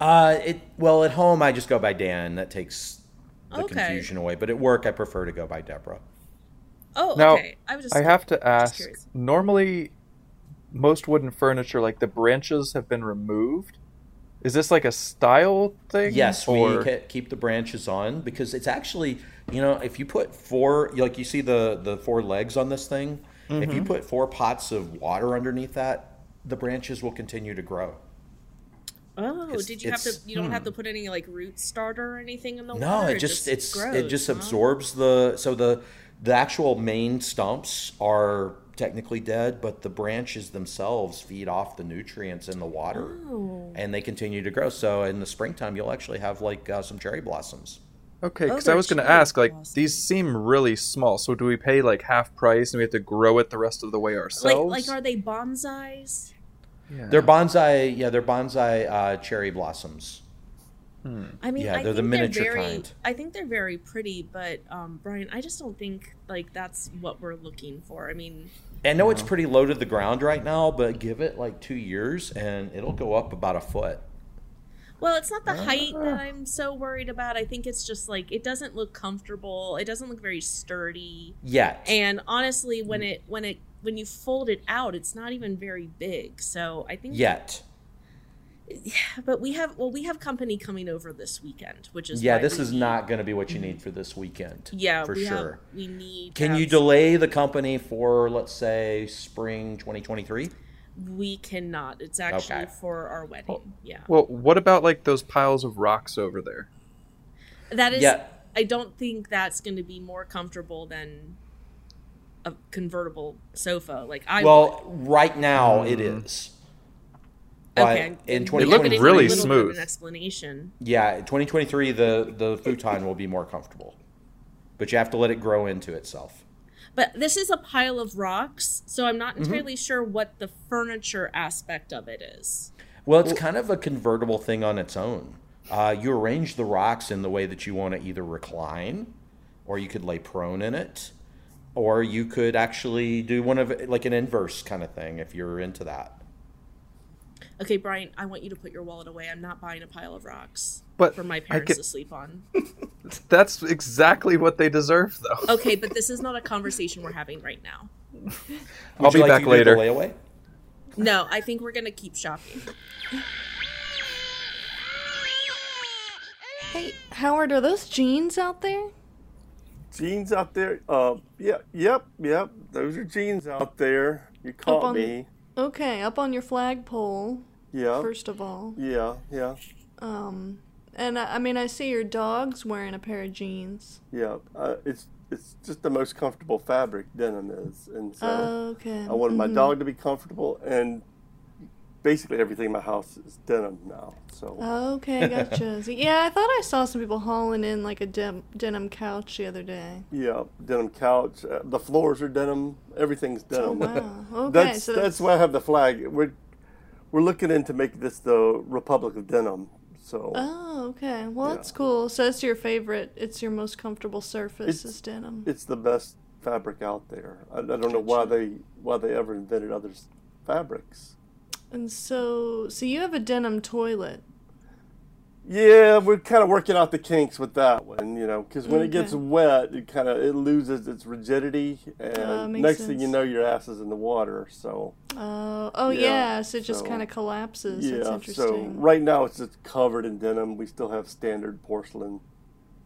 Uh, it well at home I just go by Dan. That takes the
Okay.
confusion away. But at work I prefer to go by Deborah.
Oh,
Now,
okay. I was just
I have to
just
ask.
curious.
Normally, most wooden furniture, like the branches have been removed. Is this like a style thing?
Mm-hmm.
Yes,
or-
we ke- keep the branches on because it's actually, you know, if you put four, like you see the the four legs on this thing, if you put four pots of water underneath that, the branches will continue to grow.
Oh,
It's-
did you have to?
it's- hmm.
You don't have to put any like root starter or anything in the
No,
water.
it just it's it
grows,
just
huh?
absorbs the so the the actual main stumps are technically dead, but the branches themselves feed off the nutrients in the water,
Oh.
and they continue to grow. So in the springtime, you'll actually have like uh, some cherry blossoms.
Okay, because I
they're
was going to
cheap.
ask, like,
Awesome.
these seem really small. So do we pay like half price and we have to grow it the rest of the way
Like,
ourselves?
like are they bonsais?
yeah.
They're bonsai, yeah, they're bonsai uh, cherry blossoms.
I mean,
Yeah,
I
they're the
think
miniature
very,
kind.
I think they're very pretty, but um, Brian, I just don't think like that's what we're looking for. I mean,
I know
Mm-hmm.
it's pretty low to the ground right now, but give it like two years and it'll go up about a foot.
well, it's not the
Uh.
height that I'm so worried about. I think it's just like it doesn't look comfortable. It doesn't look very sturdy.
Yet.
And honestly, when
Mm.
it when it when you fold it out, it's not even very big. So I think
Yet.
But we have well, we have company coming over this weekend, which is
Yeah,
why
this
we
is
need-
not going to be what you need for this weekend.
Mm-hmm. yeah
for
we have-
sure.
we need. to
Can
have
you
some-
delay the company for let's say spring 2023?
We cannot. It's actually
Okay.
for our wedding. yeah.
Well, what about like those piles of rocks over there?
That is.
Yeah.
I don't think that's going to be more comfortable than a convertible sofa. Like I.
Well, right now it is. But
Mm. okay.
in
we
It looked
have
2023,
to give
really
a little bit of
smooth.
An explanation.
yeah, 2023 the the futon will be more comfortable. But you have to let it grow into itself.
But this is a pile of rocks, so I'm
Mm-hmm.
not entirely sure what the furniture aspect of it is.
Well, it's kind of a convertible thing on its own. Uh, you arrange the rocks in the way that you want to either recline, or you could lay prone in it, or you could actually do one of like an inverse kind of thing if you're into that.
Okay, Brian, I want you to put your wallet away. I'm not buying a pile of rocks
But
for my
I
parents
could-
to sleep on.
That's exactly what they deserve, though.
Okay, but this is not a conversation we're having right now.
I'll be
Would you like
back
to do the
later.
layaway?
No, I think we're gonna keep shopping.
Hey, Howard, are those jeans out there?
Jeans out there. Uh, yeah, yep, yep. Those are jeans out there. You
on-
caught me.
Okay, up on your flagpole,
Yeah,
first of all.
Oh. yeah, yeah,
Um, and I, I mean, I see your dog's wearing a pair of jeans.
yeah. Uh, it's it's just the most comfortable fabric denim is, and so
Okay.
I wanted my
mhm.
dog to be comfortable, and basically everything in my house is denim now.
Oh,
So
Okay, gotcha. So, yeah, I thought I saw some people hauling in like a dem- denim couch the other day.
yeah, denim couch. Uh, the floors are denim. Everything's
Oh
denim.
wow. Okay,
that's
so
that's why I have the flag. We're we're looking into making this the Republic of Denim. So
Oh, okay. Well,
Yeah.
that's cool. So it's your favorite. It's your most comfortable surface
It's-
is denim.
it's the best fabric out there. I, I don't know why they why they ever invented other s- fabrics.
And so, so you have a denim toilet.
Yeah, we're kind of working out the kinks with that one, you know, because when it gets
Okay.
wet, it kind of it loses its rigidity, and
Uh, makes
next thing you
sense.
know, your ass is in the water. So
Uh, oh
Yeah,
yeah, so it just
so-
kind of collapses. That's
yeah, so
interesting.
right now it's just covered in denim. We still have standard porcelain,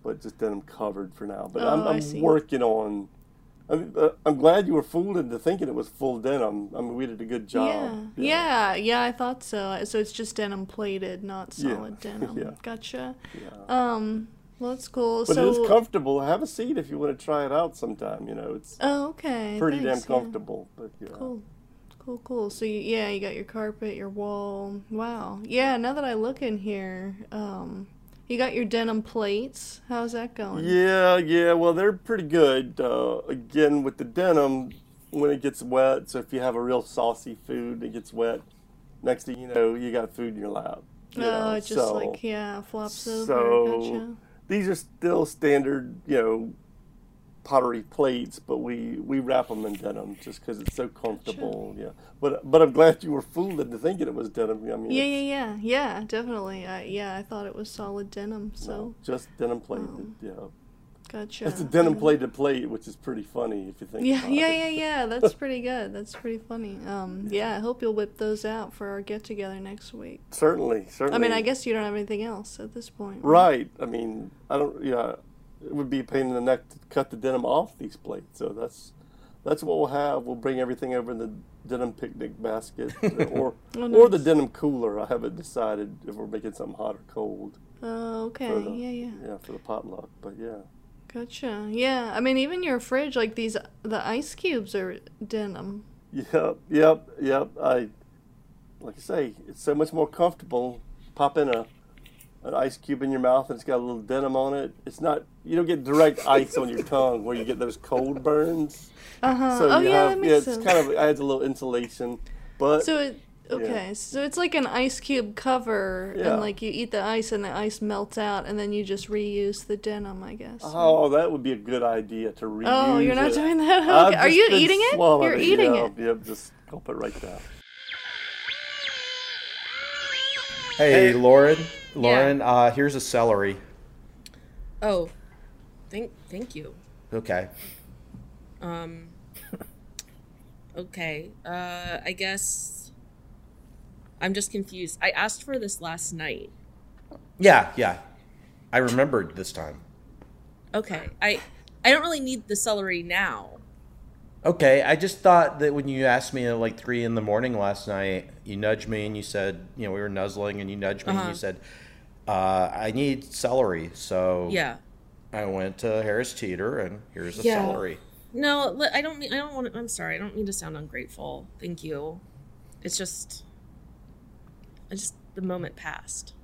but just denim covered for now. But I'm,
Oh, I
I'm
see.
working on. I mean, uh, I'm glad you were fooled into thinking it was full denim. I mean, we did a good job.
Yeah. yeah, yeah, I thought so. So it's just denim plated, not
Yeah,
solid denim.
yeah.
Gotcha. Um, well, that's cool.
But
so,
it is comfortable. Have a seat if you want to try it out sometime. You know, it's
oh, okay,
pretty
thanks,
damn
yeah.
comfortable. But yeah.
Cool, cool, cool. So you, yeah, you got your carpet, your wall. Wow. Yeah. Now that I look in here, um, you got your denim plates. How's that going?
Yeah, yeah. Well, they're pretty good. Uh, again, with the denim, when it gets wet, so if you have a real saucy food, it gets wet. Next thing you know, you got food in your lap. you know,
oh, it just
so-
like yeah, flops over.
so-
Gotcha.
these are still standard, you know, pottery plates, but we we wrap them in denim just because it's so comfortable. Yeah, but but I'm glad you were fooled into thinking it was denim. I mean,
Yeah,
it's,
yeah, yeah, yeah. Definitely. I, yeah, I thought it was solid denim. So
no, just denim plated.
Um,
yeah,
Gotcha.
That's a denim plate to plate, which is pretty funny if you think.
Yeah,
about
yeah,
it.
yeah, yeah. That's pretty good. That's pretty funny. Um, yeah, I hope you'll whip those out for our get together next week.
Certainly, certainly.
I mean, I guess you don't have anything else at this point.
Right. I mean, I don't. Yeah, it would be a pain in the neck to cut the denim off these plates. So that's that's what we'll have. We'll bring everything over in the denim picnic basket, or
Oh,
or the
nice.
denim cooler. I haven't decided if we're making something hot or cold.
Oh, okay.
for the-
Yeah, yeah.
Yeah, for the potluck. But yeah,
Gotcha. Yeah. I mean, even your fridge, like these, the ice cubes are denim.
yep, yep, yep. I like I say, it's so much more comfortable popping a an ice cube in your mouth and it's got a little denim on it. It's not you don't get direct ice on your tongue where you get those cold burns.
Uh huh.
So
oh,
you
yeah,
have,
that
yeah,
makes
it's
sense.
kind of adds a little insulation, but
so it. Okay, so it's like an ice cube cover,
Yeah.
and like you eat the ice, and the ice melts out, and then you just reuse the denim, I guess.
oh, that would be a good idea to reuse.
Oh, you're not
it.
doing that. Okay.
I've
Are
just
you
been
eating it?
swallowing
You're eating
yeah,
it.
Yeah, just I'll put it right down.
Hey,
Hey.
Lauren. Lauren, uh, here's a celery.
Oh, thank thank you.
Okay.
Um. Okay. Uh, I guess I'm just confused. I asked for this last night.
Yeah, yeah. I remembered this time.
Okay. I I don't really need the celery now.
Okay, I just thought that when you asked me at like three in the morning last night, you nudged me and you said, you know, we were nuzzling, and you nudged me and
Uh-huh.
you said, uh, I need celery. So
Yeah.
I went to Harris Teeter, and here's a
Yeah.
celery.
No, li- I don't. mean- I don't want. to I'm sorry. I don't mean to sound ungrateful. Thank you. It's just, I just the moment passed.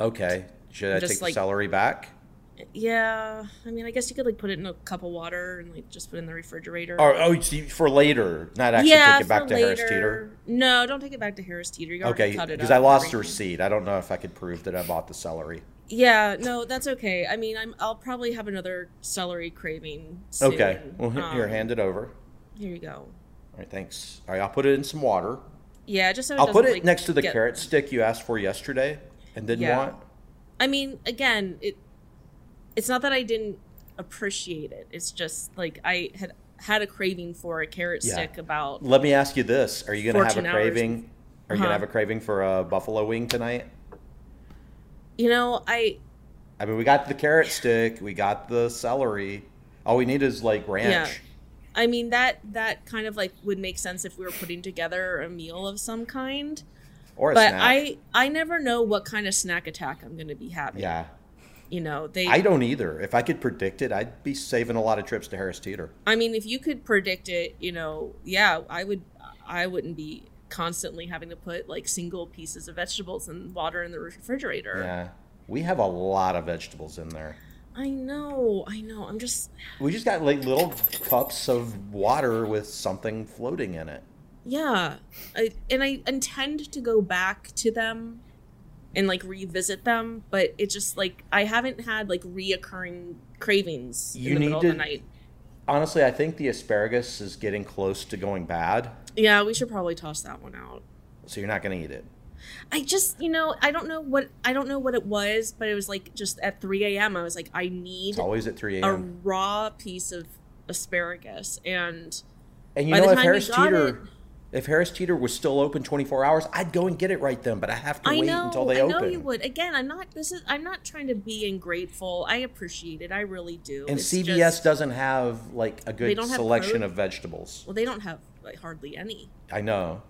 Okay, should I
Just
take the
like-
celery back?
Yeah, I mean, I guess you could like put it in a cup of water and like just put it in the refrigerator.
Or, oh, see, for later, not actually
yeah,
take it back
for
to Harris
later.
Teeter.
No, don't take it back to Harris Teeter. You already
Okay,
cut it
because
up
I
and
lost the
everything.
receipt. I don't know if I could prove that I bought the celery.
Yeah, no, that's okay. I mean, I'm I'll probably have another celery craving. Soon.
Okay, well, he- here,
Um,
hand it over.
Here you go.
All right, thanks. All right, I'll put it in some water.
Yeah, just so it
I'll put
doesn't,
it
like,
next to the
get-
carrot stick you asked for yesterday and didn't
Yeah.
want.
I mean, again, it it's not that I didn't appreciate it. It's just like I had had a craving for a carrot
Yeah.
stick about
Let me ask you this: Are you going to have a
14 hours.
craving? Are you going to
Uh-huh.
have a craving for a buffalo wing tonight?
you know, I
I mean, we got the carrot stick, we got the celery. All we need is like ranch.
I mean that that kind of like would make sense if we were putting together a meal of some kind.
Or a
But
snack.
I I never know what kind of snack attack I'm going to be having.
yeah,
You know, they
I don't either. If I could predict it, I'd be saving a lot of trips to Harris Teeter.
I mean, if you could predict it, you know, yeah, I would. I wouldn't be constantly having to put like single pieces of vegetables and water in the refrigerator.
Yeah, we have a lot of vegetables in there.
I know. I know. I'm just.
We just got like little cups of water with something floating in it.
Yeah. I, and I intend to go back to them and like revisit them, but it just like I haven't had like reoccurring cravings
You
in the
need
middle
to-
of the night.
Honestly, I think the asparagus is getting close to going bad,
Yeah, we should probably toss that one out.
so you're not going to eat it.
I just, you know, I don't know what I don't know what it was, but it was like just at 3 a.m. I was like, I need
It's always at 3
a
a.m.
raw piece of asparagus, and
And you
by
know,
the
if
time
Harris
you got
Teeter,
it-
if Harris Teeter was still open 24 hours, I'd go and get it right then. But I have to
I
wait
know
until they
I
open.
know you would. Again, I'm not. This is I'm not trying to be ungrateful. I appreciate it. I really do.
And
It's
CVS
just-
doesn't have like a good
don't have
selection
code?
of vegetables.
Well, they don't have like hardly any.
I know.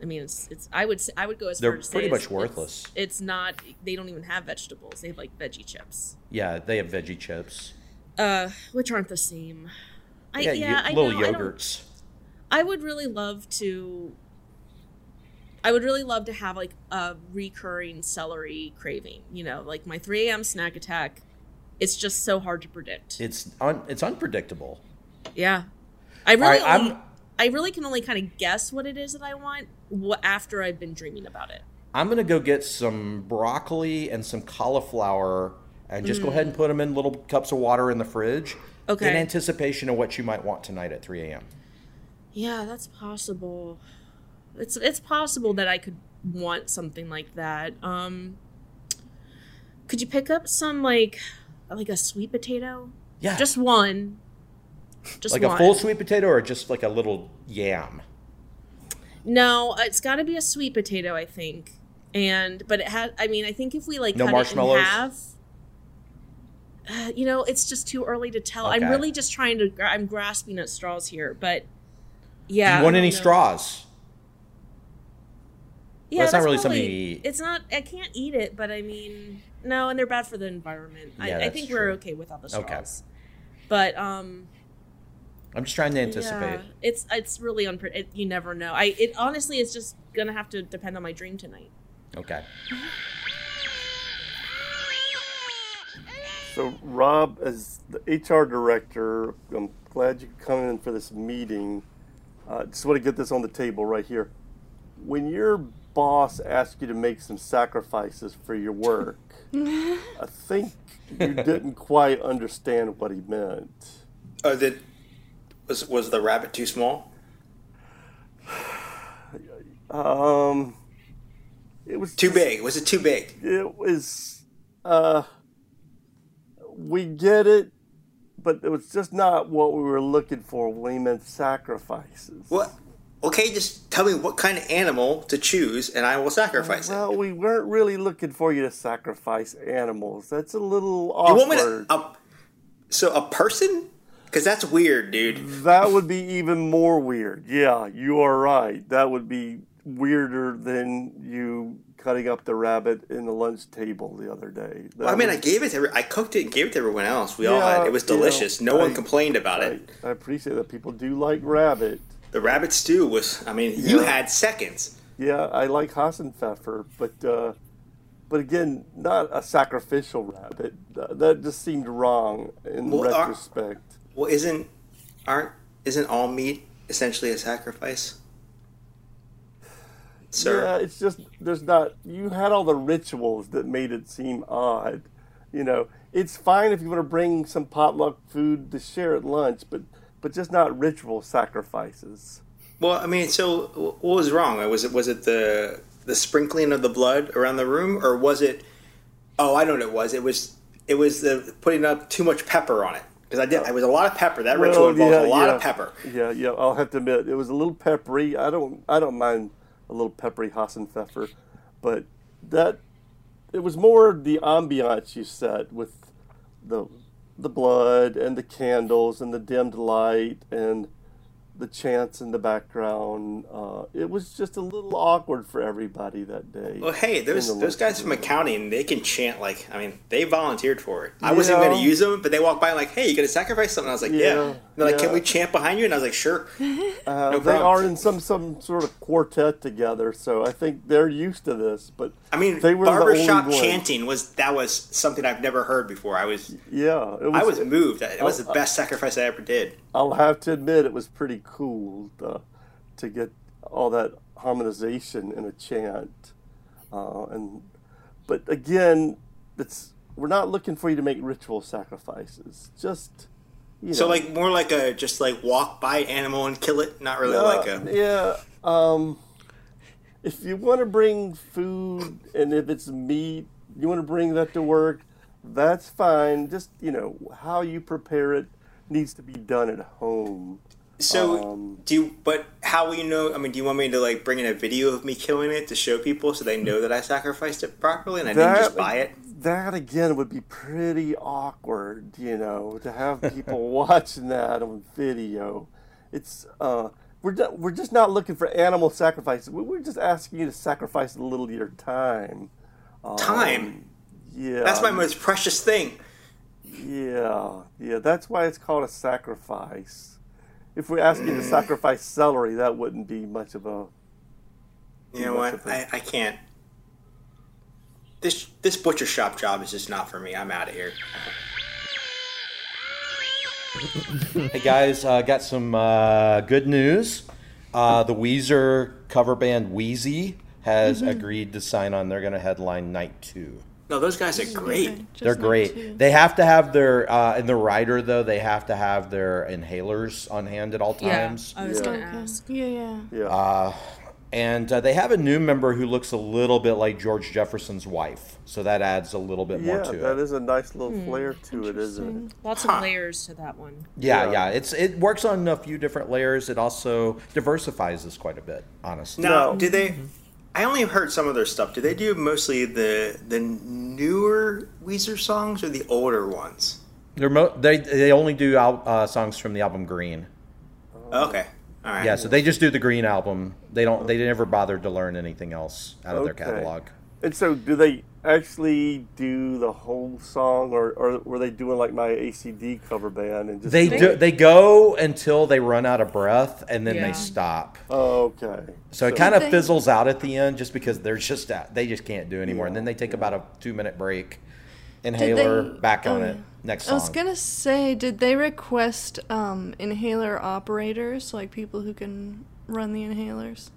I mean, it's, it's I would s- I would go as
They're
far to say
pretty
it's-
much worthless.
It's, it's not. They don't even have vegetables. They have like veggie chips,
Yeah, they have veggie chips.
uh, which aren't the same. I, yeah,
you-
I
little
know, I don't-
yogurts.
I would really love to. I would really love to have like a recurring celery craving. You know, like my 3 a.m. snack attack. It's just so hard to predict.
It's un, it's unpredictable.
yeah, I really,
right,
only,
I'm-
I really can only kind of guess what it is that I want wh- after I've been dreaming about it.
I'm gonna go get some broccoli and some cauliflower, and just go ahead and put them in little cups of water in the fridge.
Mm. Okay.
In anticipation of what you might want tonight at 3 a.m.
Yeah, that's possible. It's it's possible that I could want something like that. Um, could you pick up some like like a sweet potato?
Yeah.
Just one. Just
Ah. like
one.
a full sweet potato or just like a little yam?
No, it's got to be a sweet potato, I think. And but it had. I mean, I think if we like
No
cut
marshmallows?
it in half, uh, you know, it's just too early to tell.
Okay.
I'm really just trying to. Gra- I'm grasping at straws here, but yeah.
Do you want
I don't
any
know.
straws?
Yeah,
That's not really
probably-
something you eat.
It's not. I can't eat it, but I mean, no, and they're bad for the environment.
Yeah,
I, I
that's
think
true.
we're okay without the
Okay.
straws. But um,
I'm just trying to anticipate.
Yeah, it's it's really unpre- it, You never know. I it honestly is just gonna have to depend on my dream tonight.
Okay.
So, Rob, as the HR director, I'm glad you could come in for this meeting. Uh, just want to get this on the table right here. When your boss asks you to make some sacrifices for your work, I think you didn't quite understand what he meant.
Oh, that was was the rabbit too small?
Um, it was
Too big? Was it too big?
it was uh we get it but it was just not what we were looking for when we meant sacrifices
What? Okay, just tell me what kind of animal to choose, and I will sacrifice it.
well we weren't really looking for you to sacrifice animals that's a little
You
awkward
want me to? A, so a person? Because that's weird, dude.
that would be even more weird yeah you are right that would be weirder than you cutting up the rabbit in the lunch table the other day That
Well, I mean, I
was-
gave it to. Every, I cooked it and gave it to everyone else. We all had.
Yeah,
It was
you know,
delicious. no one
I-
complained about
I,
it.
I appreciate that people do like rabbit
The rabbit stew was. I mean, you
Yeah.
had seconds.
Yeah, I like Hassenpfeffer, but uh, but again, not a sacrificial rabbit. Th- That just seemed wrong in
Well, uh, are-
retrospect.
Well, isn't aren't isn't all meat essentially a sacrifice? Sir,
Yeah, it's just there's not. You had all the rituals that made it seem odd. You know, it's fine if you want to bring some potluck food to share at lunch, but but just not ritual sacrifices.
Well, I mean, so wh- what was wrong? Was it was it the the sprinkling of the blood around the room, or was it? Oh, I know what it was. It was it was the putting up too much pepper on it because I did. It was a lot of pepper. That ritual
Well,
involves
yeah,
a lot of
yeah.
pepper.
Yeah, yeah. I'll have to admit it was a little peppery. I don't, I don't mind a little peppery Hassenpfeffer, but that it was more the ambiance you set with the the blood and the candles and the dimmed light and the chants in the background. Uh, it was just a little awkward for everybody that day.
Well, hey, those
In the
those guys
lunchroom.
from accounting, they can chant like I mean, they volunteered for it. I wasn't
Yeah.
going to use them, but they walked by like, "Hey, you going to sacrifice something?" I was like, "Yeah."
Yeah,
And They're like,
yeah.
"Can we chant behind you?" And I was like, "Sure."
Uh,
no
they
problem.
are in some some sort of quartet together, so I think they're used to this. But
I mean,
they were the only
barbershop
ones.
chanting was that was something I've never heard before. I was
Yeah, it was,
I was moved. That was
uh,
the best sacrifice I ever did.
I'll have to admit, it was pretty cool to, to get all that harmonization in a chant, uh, and but again, it's we're not looking for you to make ritual sacrifices. Just you
So
know,
like more like a just like walk by animal and kill it, not really
uh,
like a
yeah. Um, if you want to bring food and if it's meat, you want to bring that to work. That's fine. Just you know how you prepare it needs to be done at home.
so
um,
do you but how will you know I mean do you want me to like bring in a video of me killing it to show people so they know that I sacrificed it properly and I didn't just buy it?
That again would be pretty awkward, you know, to have people watching that on video. It's uh, we're ju- we're just not looking for animal sacrifices. We- We're just asking you to sacrifice a little of your time.
Time.
Yeah,
That's
Um,
my most precious thing.
yeah, yeah. That's why it's called a sacrifice. If we're asking you to sacrifice celery, that wouldn't be much of a
You know what? I, I can't this this butcher shop job is just not for me. I'm out of here.
Hey guys, uh, got some uh, good news. Uh, the Weezer cover band Wheezy has
Mm-hmm.
agreed to sign on. They're going to headline night two.
No, those guys are great.
They're great. They have to have their uh, in the rider though. They have to have their inhalers on hand at all
Yeah, Uh,
times.
I was
Yeah.
gonna
okay.
ask.
Yeah, yeah.
yeah.
Uh, And uh, they have a new member who looks a little bit like George Jefferson's wife, so that adds a little bit
Yeah,
more to it.
that is a nice little flair to it, isn't it?
Lots
Huh.
of layers to that one.
yeah,
yeah.
yeah, It's it works on a few different layers. It also diversifies this quite a bit, honestly.
Now,
No.
do they?
Mm-hmm.
I only have heard some of their stuff. Do they do mostly the the newer Weezer songs or the older ones?
They're mo- they they only do al- uh, songs from the album Green. Oh.
Okay, all right.
Yeah, so they just do the Green album. They don't. They never bothered to learn anything else out of their
Okay.
catalog.
And so, do they actually do the whole song, or, or were they doing like my ACD cover band and just
They do. They go until they run out of breath, and then
Yeah.
they stop.
Oh, okay.
So it kind of
They-
fizzles out at the end, just because they're just out, they just can't do anymore. And then they take about a two minute break, inhaler
they-
back on
oh,
it. Next
I
song.
was gonna say, did they request um, inhaler operators, like people who can run the inhalers?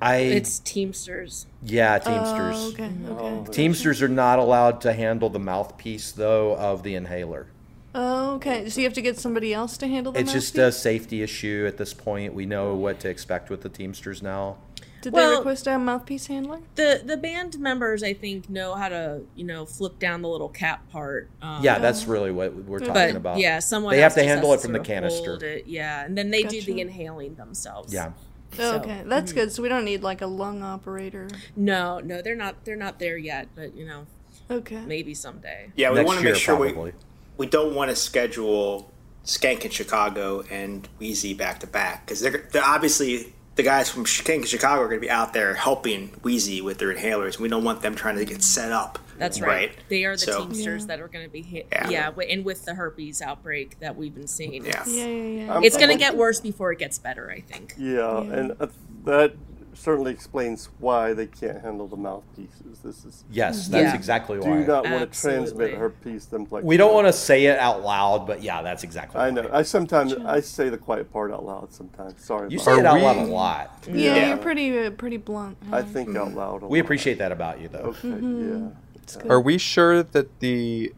I
It's Teamsters.
yeah, Teamsters.
Oh, okay, okay.
Teamsters are not allowed to handle the mouthpiece though of the inhaler.
Oh, okay. So you have to get somebody else to handle the
It's just a
mouthpiece?
safety issue at this point. We know what to expect with the Teamsters now.
Did they
Well-
request a mouthpiece handler?
The the band members I think know how to you know flip down the little cap part. Um,
Yeah, that's really what we're talking
but
about.
yeah, someone
They have
else
to
just
handle
has
it from the
sort of
canister.
hold it, Yeah, and then they do
Gotcha.
the inhaling themselves.
Yeah.
Oh,
So- mm.
okay, that's good. So we don't need like a lung operator.
No, no, they're not. They're not there yet. But you know,
Okay.
maybe someday.
yeah. We
Next
want to
year,
make sure
probably.
we we don't want to schedule Skank in Chicago and Wheezy back to back because they're, they're obviously the guys from Skank in Chicago are going to be out there helping Wheezy with their inhalers. and We don't want them trying to get set up.
That's right. They are the
So-
Teamsters
Yeah.
that are going to be hit.
Yeah.
Yeah. wi- and with the herpes outbreak that we've been seeing,
Yeah.
Yeah, yeah, yeah.
I'm-
it's going to
I'm-
get worse before it gets better. I think.
Yeah,
Yeah.
and uh, that certainly explains why they can't handle the mouthpieces. This is
Yes, that's
Yeah.
exactly
do
why.
not want to
Absolutely.
transmit her piece them like
we don't want to say it out loud, but yeah, that's exactly.
I
why.
know. I sometimes I say the quiet part out loud. Sometimes. Sorry.
You
about
say
that.
it out
we-
loud a lot.
yeah,
Yeah.
you're pretty uh, pretty blunt.
I think out loud. a
Mm-hmm. We
lot.
appreciate that about you, though.
Okay. Yeah.
Mm-hmm.
Are we sure that the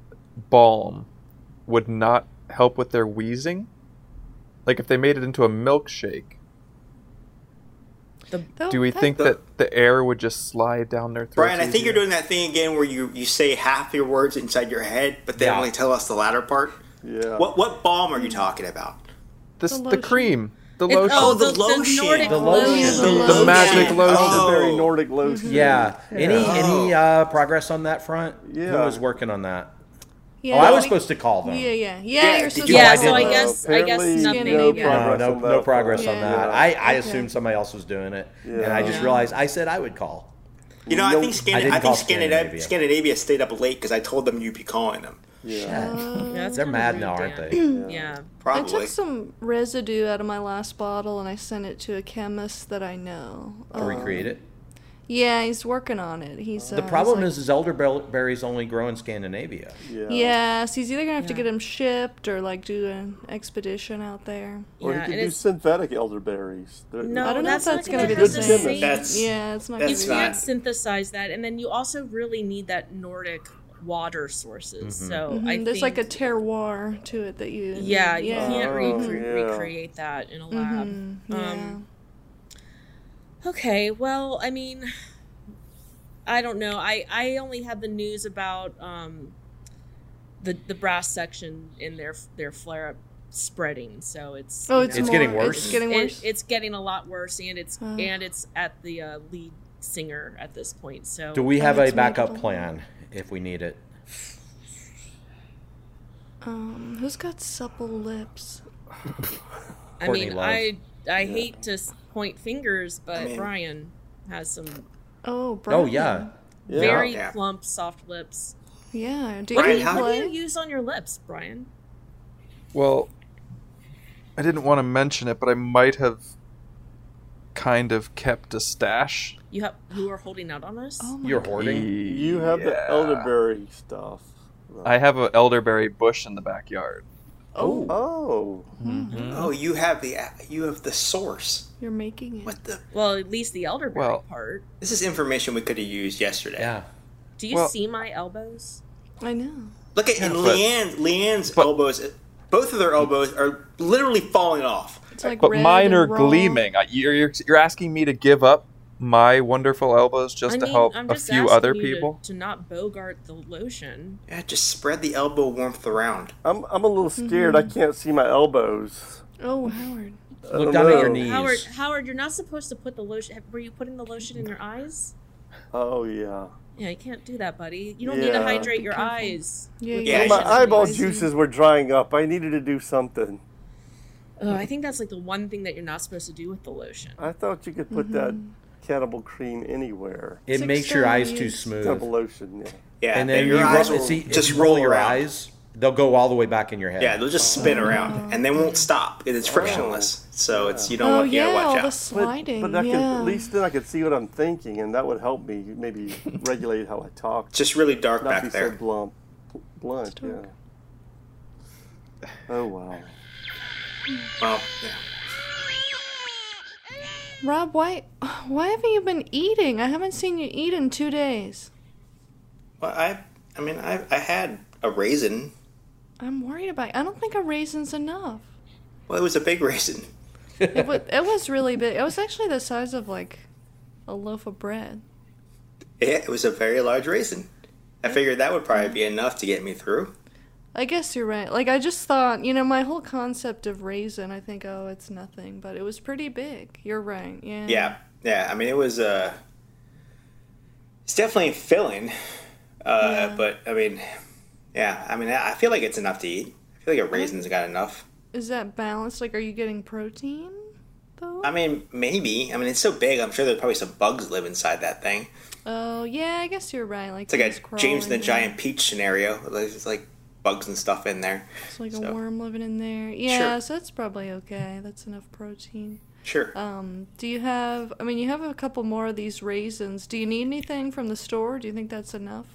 balm would not help with their wheezing? Like if they made it into a milkshake,
Though
do we
that-
think that the air would just slide down their throats?
Brian, I think
easier?
you're doing that thing again where you, you say half your words inside your head, but they
Yeah.
only tell us the latter part.
Yeah.
What what balm are you talking about?
this,
The
the,
lotion.
cream, the
It's-
lotion.
oh,
the
the,
lotion.
the Nordic
The
lotion.
lotion.
The magic lotion.
The very
Oh.
Nordic
Mm-hmm.
lotion.
Yeah. Any
Oh.
any uh, progress on that front? Who
Yeah.
was working on that?
Yeah,
oh, I was
we-
supposed to call them.
Yeah, yeah, yeah.
Yeah,
you're
did
supposed
you-
to.
Yeah,
I
so I
didn't.
guess I guess
Apparently,
nothing.
no
yeah.
progress.
No, no,
on
no
that
progress
front.
on
Yeah.
that. I, I
Okay.
assumed somebody else was doing it, and
Yeah.
I just
Yeah.
realized I said I would call.
You know, I think,
I
Scandin-
didn't
I
call
think Scandinavia.
Scandinavia.
Scandinavia stayed up late because I told them you'd be calling them.
Yeah, that's
They're
kinda
mad
rude,
now, aren't
Dan.
they?
Yeah.
I
Probably.
took some residue out of my last bottle and I sent it to a chemist that I know.
To recreate it.
Yeah, he's working on it. He's
The problem is, is elderberries only grow in Scandinavia.
Yeah.
Yes, he's either gonna have to
Yeah.
get him shipped or like do an expedition out there.
Or you
Yeah, and
could do
it's-
synthetic elderberries. They're-
No,
I don't know if
that's
that's
not
gonna be
gonna
the
have the
same.
same-
That's-
yeah, it's not.
You
that's
gonna be
can't
not-
synthesize that, and then you also really need that Nordic water sources. So
Mhm,
I
There's
think,
like a terroir to it that you.
yeah, you can't re-
Oh,
re-
yeah.
recreate that in a lab.
Mhm, yeah.
Um, Okay, well, I mean, I don't know. I I only had the news about um, the the brass section in their their flare up spreading. So it's
oh,
you
it's
know,
It's getting
more-
worse.
It's getting
it-
worse.
it's getting a lot worse, and it's
Oh.
and it's at the uh, lead singer at this point. So
Do we have a
it's
backup
makeable.
plan if we need it?
um, who's got supple lips?
I
Courtney
mean,
Love.
I I hate to s- point fingers, but
mean-
Brian has some
Oh, Brian.
Oh yeah,
Yeah.
very
Yeah.
plump, soft lips.
Yeah. Do
What,
Brian,
do, you,
how-
what do you use on your lips, Brian?
Well, I didn't want to mention it, but I might have kind of kept a stash.
You have you are holding out on us.
Oh my
you're hoarding.
You have the elderberry stuff.
I have an elderberry bush in the backyard.
Oh,
Oh.
Mm-hmm.
oh, you have the you have the source.
You're making it.
What the?
Well, at least the elderberry
Well-
part.
This is information we could have used yesterday.
yeah.
Do you
Well-
see my elbows?
I know.
Look at and
but-
Leanne, Leanne's
but-
elbows. Both of their elbows are literally falling off.
It's like
But
red
mine
and
are
raw.
gleaming. I, you're, you're, you're asking me to give up my wonderful elbows just
I
to
mean,
help
I'm
a
just
few
asking
other
you to-
people?
to, not bogart the lotion.
Yeah, just spread the elbow warmth around.
I'm, I'm a little scared.
Mm-hmm.
I can't see my elbows.
Oh, Howard.
I
Look
don't
down at your
know.
knees.
Howard, Howard, you're not supposed to put the lotion. Were you putting the lotion in your eyes?
Oh yeah.
Yeah, you can't do that, buddy. You don't need to
Yeah.
hydrate your
Careful.
eyes.
Yeah,
with
yeah, yeah.
Well, my
My
lotion.
eyeball
Crazy.
juices were drying up. I needed to do something.
Ugh, Oh, I think that's like the one thing that you're not supposed to do with the lotion.
I thought you could put that cannibal cream anywhere.
It
Six
makes your eyes too
stories.
smooth.
Double lotion. Yeah.
Yeah,
and then
your
you
eyes
rub,
will
see, if
just
you
roll
your
around.
eyes, they'll go all the way back in your head.
Yeah, they'll just spin around and they won't stop. and It's
Oh.
frictionless, so it's you don't
Oh
want you
yeah,
gotta
all
watch
the
out.
But,
sliding.
but I
yeah.
could, at least then I could see what I'm thinking, and that would help me maybe regulate how I talk.
Just really dark
Not be
back
so
there.
blunt. Blunt, yeah. Oh, wow.
Well, yeah.
Rob, why, why haven't you been eating? I haven't seen you eat in two days.
Well, I, I mean, I, I had a raisin.
I'm worried about. I don't think a raisin's enough.
Well, it was a big raisin.
It was, it was really big. It was actually the size of like a loaf of bread.
Yeah, it was a very large raisin. I figured that would probably be enough to get me through.
I guess you're right. Like I just thought, you know, my whole concept of raisin, I think, oh, it's nothing, but it was pretty big. You're right. Yeah.
Yeah, yeah. I mean, it was. Uh, it's definitely filling, uh,
Yeah.
but I mean, yeah. I mean, I I feel like it's enough to eat. I feel like a raisin's got enough.
Is that balanced? Like, are you getting protein though?
I mean, maybe. I mean, it's so big. I'm sure there's probably some bugs live inside that thing.
oh yeah, I guess you're right. Like
It's like
things
a James and the
crawling in.
Giant Peach scenario. There's like bugs and stuff in there.
It's like
so.
a worm living in there. Yeah, so that's probably okay. That's enough protein.
Sure.
Um, do you have? I mean, you have a couple more of these raisins. Do you need anything from the store? Do you think that's enough?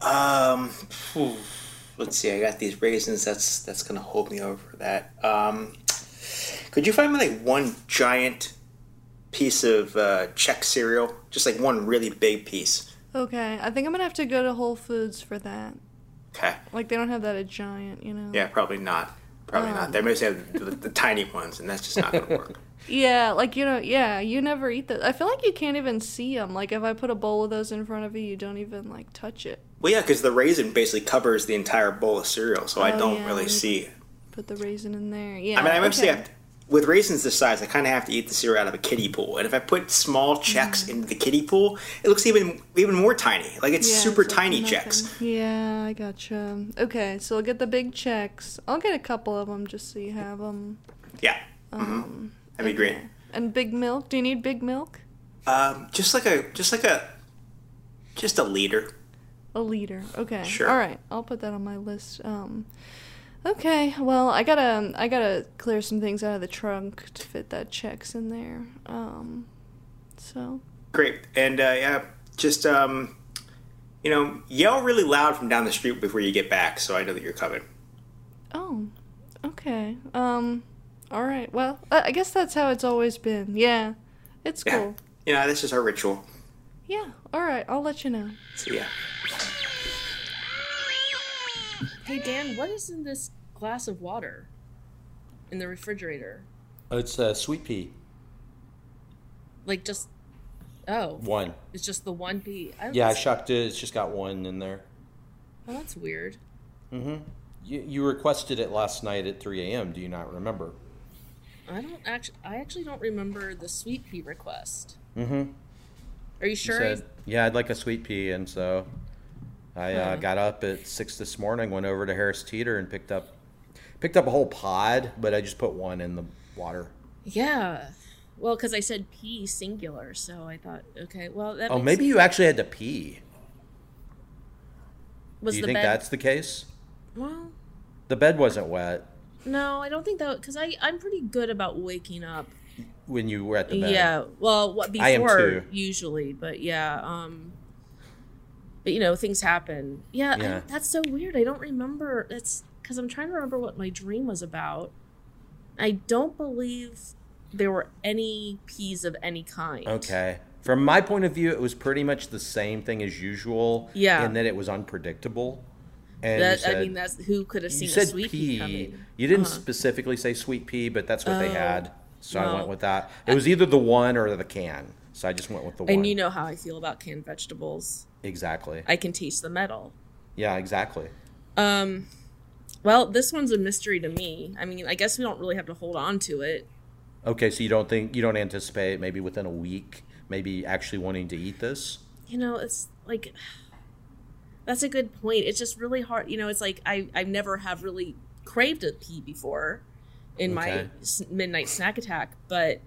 Um, phew. let's see. I got these raisins. That's that's gonna hold me over for that. Um, could you find me like one giant piece of uh, Czech cereal? Just like one really big piece.
Okay, I think I'm gonna have to go to Whole Foods for that.
Okay.
Like they don't have that at Giant, you know.
Yeah, probably not. Probably not. They mostly have the, the tiny ones, and that's just not gonna work.
Yeah, like you know, yeah, you never eat those. I feel like you can't even see them. Like if I put a bowl of those in front of you, you don't even like touch it.
well, yeah, because the raisin basically covers the entire bowl of cereal, so I
Oh,
don't
yeah,
really
we-
see.
Put the raisin in there. Yeah.
I mean, I mostly
okay.
have to- with raisins this size, I kind of have to eat the cereal out of a kiddie pool. And if I put small
Mm.
checks into the kiddie pool, it looks even even more tiny. Like it's
Yeah,
super
it's like
tiny
nothing.
checks.
Yeah, I gotcha. Okay, so I'll get the big checks. I'll get a couple of them just so you have them.
Yeah,
Um,
mm-hmm. that'd be great.
And big milk. Do you need big milk?
Um, just like a just like a just a liter.
A liter. Okay.
Sure.
All right. I'll put that on my list. Um, okay. Well, I gotta I gotta clear some things out of the trunk to fit that checks in there. Um, so
Great. And uh, yeah, just um, you know, yell really loud from down the street before you get back, so I know that you're coming.
oh, okay. Um, all right. Well, I I guess that's how it's always been. Yeah, it's
Yeah.
cool.
You know, this is our ritual.
Yeah. All right. I'll let you know.
So yeah.
Hey Dan, what is in this glass of water in the refrigerator?
It's a sweet pea
Like just oh,
one.
it's just the one pea. I
Yeah, I
was-
shucked it. It's just got one in there.
Well, that's weird.
You, you requested it last night at 3 a.m. Do you not remember?
I don't actually. I actually don't remember the sweet pea request.
Mm-hmm.
Are you sure?
said, "Yeah, I'd like a sweet pea," and so I uh, got up at six this morning, went over to Harris Teeter, and picked up picked up a whole pod, but I just put one in the water.
yeah. Well, because I said pea singular, so I thought, okay, well that.
Oh,
makes
maybe
sense.
you actually had to pee.
was
Do you
the
think
bed.
that's the case?
Well,
The bed wasn't wet
no, I don't think that because I I'm pretty good about waking up.
when you were at the bed.
Yeah. Well, what before
I am too.
usually, but yeah. Um. But you know, things happen. Yeah.
Yeah.
I don't- that's so weird. I don't remember. That's because I'm trying to remember what my dream was about. I don't believe there were any peas of any kind.
Okay. From my point of view, it was pretty much the same thing as usual.
Yeah.
In that it was unpredictable. And you
That I
said-
mean, that's who could have
you
seen a
said
sweet pea
pea.
coming.
You didn't
Uh-huh.
specifically say sweet pea, but that's what they
Oh,
had. So I
no.
went with that. It was either the one or the can. So I just went with the one.
And you know how I feel about canned vegetables.
exactly.
I can taste the metal.
yeah, exactly.
Um, well, this one's a mystery to me. I mean, I guess we don't really have to hold on to it.
Okay, so you don't think you don't anticipate maybe within a week, maybe actually wanting to eat this?
You know, it's like that's a good point. It's just really hard. You know, it's like I I never have really craved a pea before in my
Okay.
s- midnight snack attack, but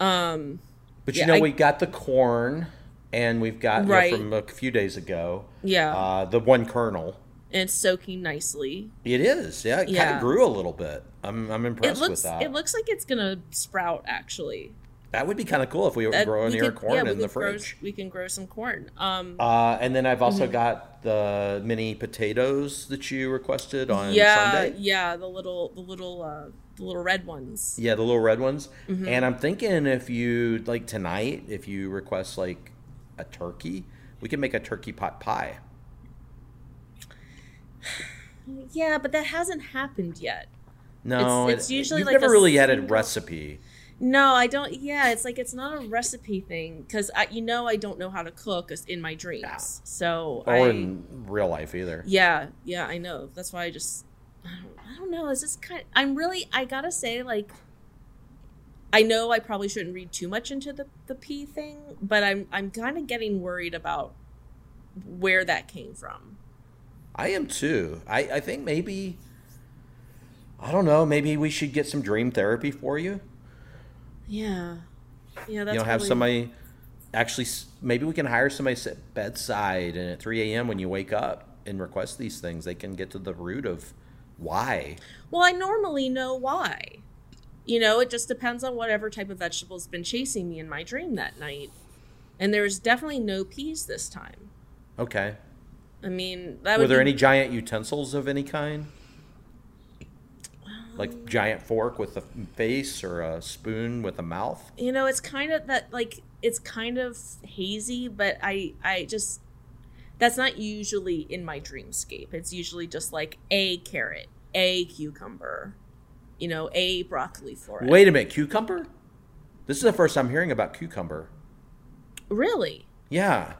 um,
But
Yeah,
you know,
I-
we got the corn, and we've got you know,
Right.
from a few days ago
yeah,
uh, the one kernel.
and it's soaking nicely.
It is, yeah. It kind
Yeah.
of grew a little bit. I'm, I'm impressed
it looks
with that.
it looks like it's gonna sprout actually.
that would be kind of cool if we were
That-
growing
we
ear
could-
corn
we
in the
could grow-
fridge.
we can grow some corn. Um,
Uh, and then I've also
Mm-hmm.
got the mini potatoes that you requested on
yeah,
Sunday.
yeah, the little the little uh, the little red ones.
Yeah, the little red ones.
Mm-hmm.
And I'm thinking if you like tonight, if you request like a turkey, we can make a turkey pot pie.
Yeah, but that hasn't happened yet.
No,
It's- it's usually
you've
like
never
a
really had a
single-
recipe.
No, I don't. Yeah, it's like it's not a recipe thing because you know I don't know how to cook as- in my dreams. So
or
I,
in real life either.
yeah, yeah, I know. That's why I just I don't, I don't know. Is this kind? I'm really I gotta say like I know I probably shouldn't read too much into the the pea thing, but I'm I'm kind of getting worried about where that came from.
I am too. I, I think maybe I don't know, maybe we should get some dream therapy for you.
Yeah, yeah. That's
you know, have
probably-
somebody actually s- maybe we can hire somebody sit bedside and at 3 a.m. when you wake up and request these things, they can get to the root of why.
Well, I normally know why. You know, it just depends on whatever type of vegetable's been chasing me in my dream that night. And there was definitely no peas this time.
Okay.
I mean, that
Were
would
there
be-
any giant utensils of any kind? Like giant fork with a face or a spoon with a mouth?
you know, it's kind of that like it's kind of hazy, but I I just that's not usually in my dreamscape. It's usually just like a carrot, a cucumber, you know, a broccoli floret.
Wait a minute, cucumber? This is the first I'm hearing about cucumber.
really?
Yeah.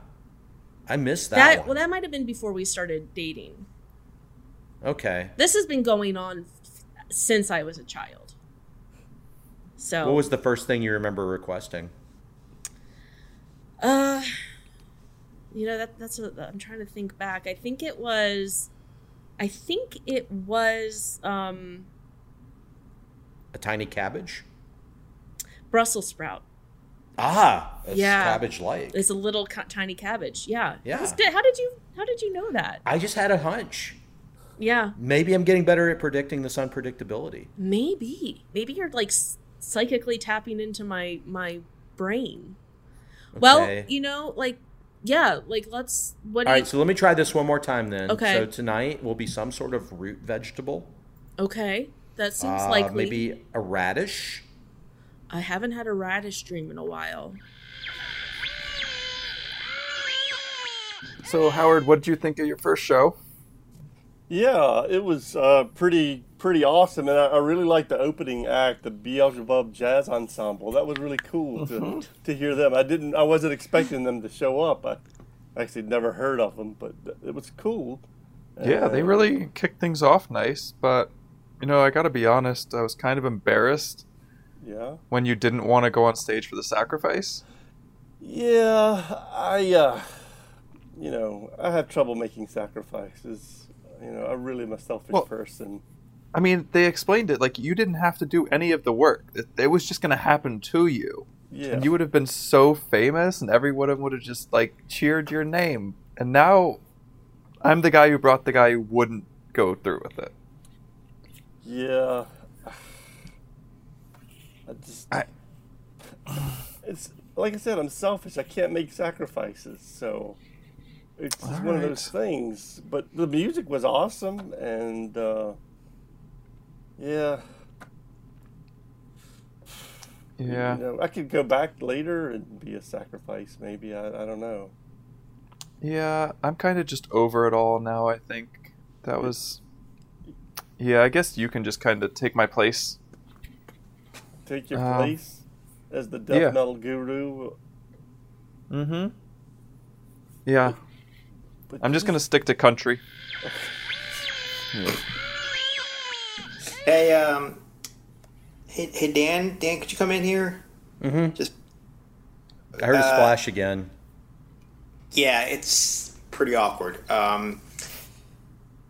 I missed that,
That,
one.
well, that might have been before we started dating.
okay.
this has been going on f- since I was a child. So,
What was the first thing you remember requesting?
uh, you know that that's what I'm trying to think back. I think it was, I think it was um,
A tiny cabbage?
Brussels sprout.
Ah, that's
Yeah.
cabbage like.
It's a little ca- tiny cabbage. Yeah,
Yeah.
That's good. How did you How did you know that?
I just had a hunch.
Yeah,
Maybe I'm getting better at predicting this unpredictability.
maybe maybe you're like s- psychically tapping into my my brain. Well,
Okay.
you know, like yeah, like let's what do
All
you-
right, so let me try this one more time then.
Okay.
So tonight will be some sort of root vegetable.
Okay, that seems
Uh,
likely.
Maybe a radish.
I haven't had a radish dream in a while.
So Howard, what did you think of your first show?
Yeah, it was uh, pretty pretty awesome, and I, I really liked the opening act, the Beelzebub Jazz Ensemble. That was really cool to, to hear them. I didn't, I wasn't expecting them to show up. I actually never heard of them, but th- it was cool.
Yeah, they
Uh,
really kicked things off nice, but you know, I gotta be honest, I was kind of embarrassed
Yeah,
when you didn't want to go on stage for the sacrifice.
yeah. I, uh, you know, I have trouble making sacrifices. You know, I'm really a selfish
Well-
person.
I mean, they explained it like you didn't have to do any of the work. It, it was just gonna happen to you.
Yeah,
And you would have been so famous and everyone would have just like cheered your name. And now I'm the guy who brought the guy who wouldn't go through with it.
yeah. I just.
I
it's like I said, I'm selfish. I can't make sacrifices, so it's just
All
one of
right.
those things. But the music was awesome, and uh, yeah,
yeah.
you know, I could go back later and be a sacrifice. Maybe I, I don't know.
Yeah, I'm kind of just over it all now, I think. That was Yeah, I guess you can just kind of take my place.
Take your
Um,
place as the death
yeah.
metal guru
Mm-hmm. Yeah. I'm just gonna stick to country.
Hey, um, hey, hey, Dan, Dan, could you come in here?
Mm-hmm.
Just
I heard a
Uh,
splash again.
yeah, it's pretty awkward. Um,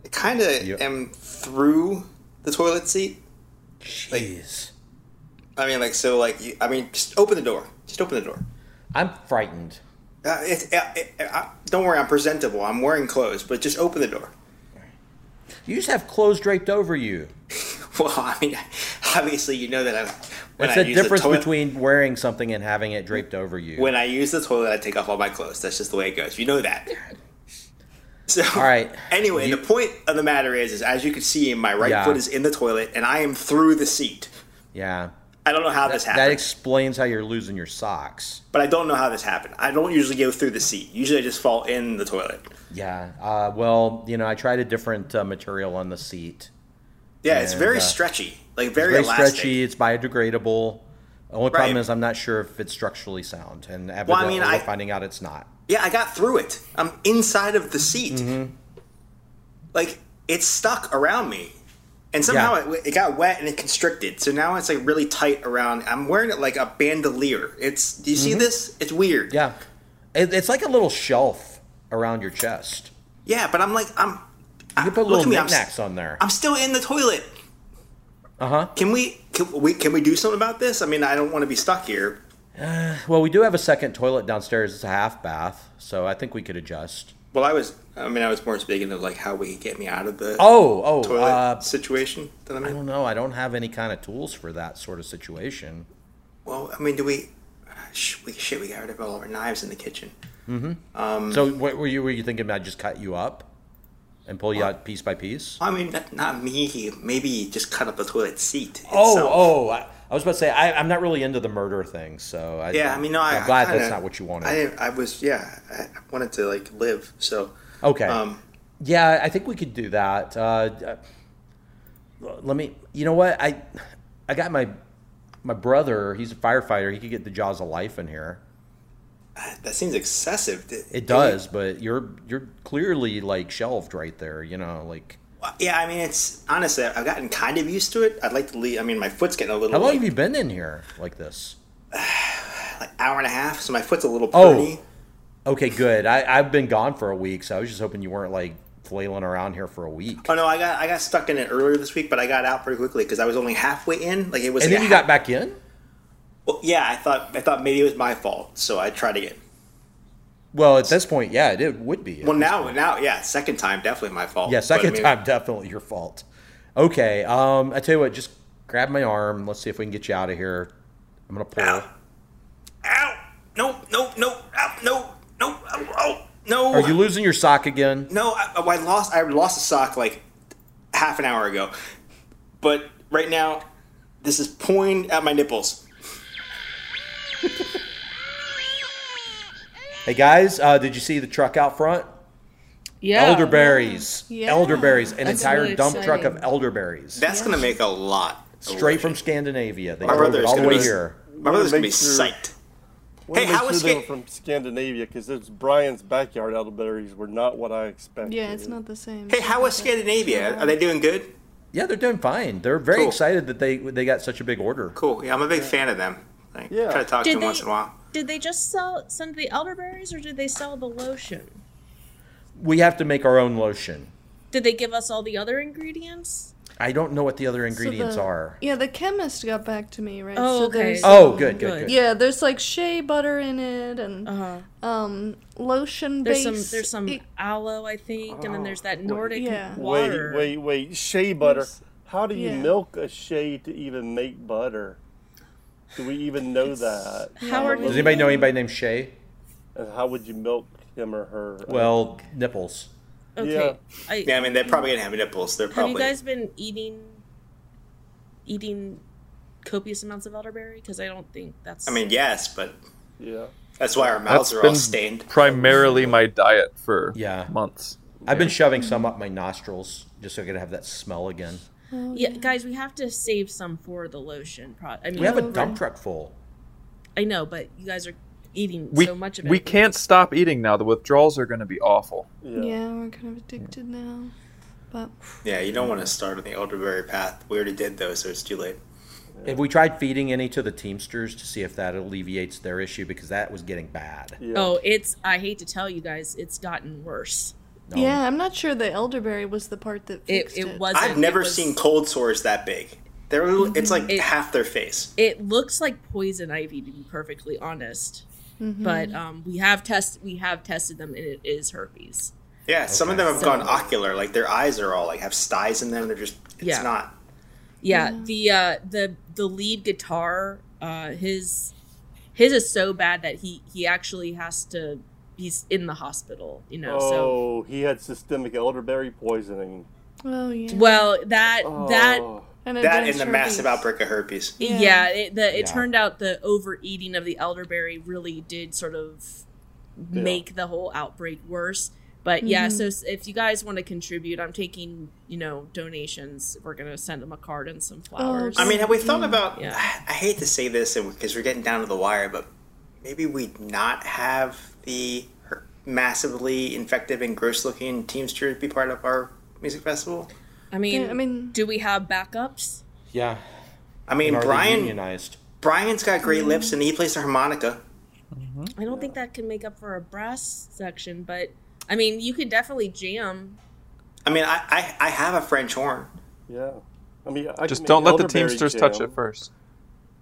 I kind of
Yep.
am through the toilet seat.
Jeez.
I mean, like, so, like, you, I mean, just open the door. Just open the door.
I'm frightened.
Uh, it's, uh, it, uh, uh, don't worry, I'm presentable. I'm wearing clothes, but just open the door.
You just have clothes draped over you.
Well, I mean, obviously, you know that I'm. When
That's
I
the
use
difference
toilet-
between wearing something and having it draped over you.
When I use the toilet, I take off all my clothes. That's just the way it goes. You know that. So,
All right.
Anyway,
You-
the point of the matter is, is as you can see, my right
Yeah.
foot is in the toilet, and I am through the seat.
yeah.
I don't know how this happened,
That explains how you're losing your socks.
but I don't know how this happened. I don't usually go through the seat. Usually, I just fall in the toilet.
Yeah. Uh, well, you know, I tried a different uh, material on the seat.
Yeah, it's
And,
very
uh,
stretchy, like
It's
very,
very
elastic.
stretchy. It's biodegradable. The only problem
Right.
is I'm not sure if it's structurally sound, and evidently
Well, I mean,
we're
I-
finding out it's not.
Yeah, I got through it. I'm inside of the seat.
Mm-hmm.
Like it's stuck around me, and somehow
Yeah.
it, it got wet and it constricted. So now it's like really tight around. I'm wearing it like a bandolier. It's do you see this? It's weird.
Mm-hmm. Yeah, it, it's like a little shelf around your chest.
Yeah, but I'm like I'm.
You can put
Ah, look
little
at me. I'm,
knickknacks
s-
on there.
I'm still in the toilet.
Uh huh.
Can we can we can we do something about this? I mean, I don't want to be stuck here.
Well, we do have a second toilet downstairs. It's a half bath, so I think we could adjust.
Well, I was. I mean, I was more speaking of like how we could get me out of the
Oh, oh,
toilet
uh,
situation. That I'm
I
in.
don't know. I don't have any kind of tools for that sort of situation.
Well, I mean, do we? Sh- we shit. We got rid of all of our knives in the kitchen.
so, what were you were you thinking about? Just cut you up and pull you out piece by piece?
I mean, not, not me. Maybe just cut up the toilet seat.
Oh,
itself.
oh! I, I was about to say I, I'm not really into the murder thing, so I,
Yeah, I mean, no. I,
am glad
I kinda-
that's not what you wanted.
I, I was. Yeah, I I wanted to like live. So.
okay,
Um.
yeah, I think we could do that. Uh, uh, let me. You know what? I I got my my brother. He's a firefighter. He could get the jaws of life in here.
That seems excessive. Did-
It
did
does, but you're you're clearly like shelved right there. You know, like
you- yeah, I mean, it's honestly, I've gotten kind of used to it. I'd like to leave. I mean, my foot's getting a little.
how long
like,
have you been in here like this?
like, hour and a half, so my foot's a little
Oh.
pruny.
Okay, good. I, I've been gone for a week, so I was just hoping you weren't like flailing around here for a week.
Oh no, I got I got stuck in it earlier this week, but I got out pretty quickly because I was only halfway in. Like it was.
and
like
then
a
you
half-
got back in.
Well, yeah, I thought I thought maybe it was my fault, so I tried again.
Well, at this point, yeah, it, it would be.
Well, now, now, yeah, second time definitely my fault.
yeah,
But,
second
I mean,
time definitely your fault. Okay, um, I tell you what, just grab my arm. Let's see if we can get you out of here. I'm gonna pull.
Ow! Ow! No! No! No! Ow! No! No! Ow! ow, No!
Are you losing your sock again?
no! I, I lost. I lost a sock like half an hour ago, but right now, this is pulling at my nipples.
Hey guys, uh, did you see the truck out front?
Yeah.
elderberries,
Yeah.
elderberries, an
That's
entire
really
dump truck
exciting.
of elderberries,
That's gonna make a lot. of
straight from
washing.
Scandinavia. They
My
drove it
brother's
all the
gonna
way
be
here.
My brother's gonna be
Make sure-
psyched.
Wanna
Hey,
make
how is
sure they were
Sca-
from Scandinavia because those Brian's backyard elderberries were not what I expected.
Yeah, it's not the same.
Hey, how is Scandinavia? Are they doing good?
Yeah, they're doing fine. They're very
Cool.
excited that they they got such a big order.
Cool. Yeah, I'm a big fan of them. Like,
Yeah.
Try to talk to
Did
them
they-
once in a while.
Did they just sell send the elderberries or did they sell the lotion?
We have to make our own lotion.
Did they give us all the other ingredients?
I don't know what the other
So
ingredients
the-
are.
Yeah, the chemist got back to me, right?
Oh,
so
okay.
there's-
Oh, good, good, good.
Yeah, there's like shea butter in it and
Uh-huh.
um lotion
There's
base.
some there's some
It- Oh,
aloe, I think, and then there's that Nordic
yeah.
Wait,
water.
wait, wait. Shea butter. How do you
Yeah.
milk a shea to even make butter? Do we even know that?
Howard
Does anybody know anybody named Shay?
And how would you milk him or her?
Well, nipples.
Okay. I,
Yeah, I mean, they're probably gonna have nipples. They're
Hmm. have
probably.
you guys been eating eating copious amounts of elderberry? Because I don't think that's
I mean, yes, but
yeah.
that's why our
That's
mouths are all
been
stained.
primarily my diet for
Yeah.
months.
I've been shoving some up my nostrils just so I could have that smell again.
yeah, guys, we have to save some for the lotion. Pro- I mean,
We have a
Okay.
dump truck full.
I know, but you guys are eating
We,
so much of it.
we can't stop eating now. The withdrawals are going to be awful.
Yeah. we're kind of addicted now. But
Yeah, you don't want to start on the elderberry path. We already did those, so it's too late.
Have we tried feeding any to the Teamsters to see if that alleviates their issue? Because that was getting bad.
Yeah.
Oh, it's. I hate to tell you guys, it's gotten worse.
No.
yeah, I'm not sure the elderberry was the part that
It
fixed it.
it wasn't.
I've never
it was-
seen cold sores that big. They're little- it's like
It-
half their face.
It looks like poison ivy, to be perfectly honest.
Mm-hmm.
But um, we have test we have tested them, and it is herpes.
Yeah, some of
Okay.
them have
So-
gone ocular. Like their eyes are all like have styes in them. They're just it's
Yeah.
not.
yeah the uh the the lead guitar uh his his is so bad that he he actually has to he's in the hospital you know so
Oh, he had systemic elderberry poisoning.
Oh yeah.
well that
Oh.
that
and
That
is
and the massive outbreak of herpes.
Yeah.
yeah, it, the,
Yeah.
it turned out the overeating of the elderberry really did sort of make the whole outbreak worse but yeah so s- if you guys want to contribute i'm taking you know donations we're gonna send them a card and some flowers
I mean, have we thought about?
Yeah.
I hate to say this, and because we're getting down to the wire, but maybe we not have the her- massively infective and gross-looking Teamsters be part of our music festival.
I mean,
Yeah, I mean-
do we have backups
Yeah.
I mean,
They're already
Brian.
unionized.
Brian's got great lips, and he plays the harmonica.
I don't think that can make up for a brass section, but I mean, you could definitely jam.
I mean, I, I, I have a French horn.
Yeah. I mean, I
Just
can
don't
make
let the
elderberry
Teamsters
jam.
touch it first.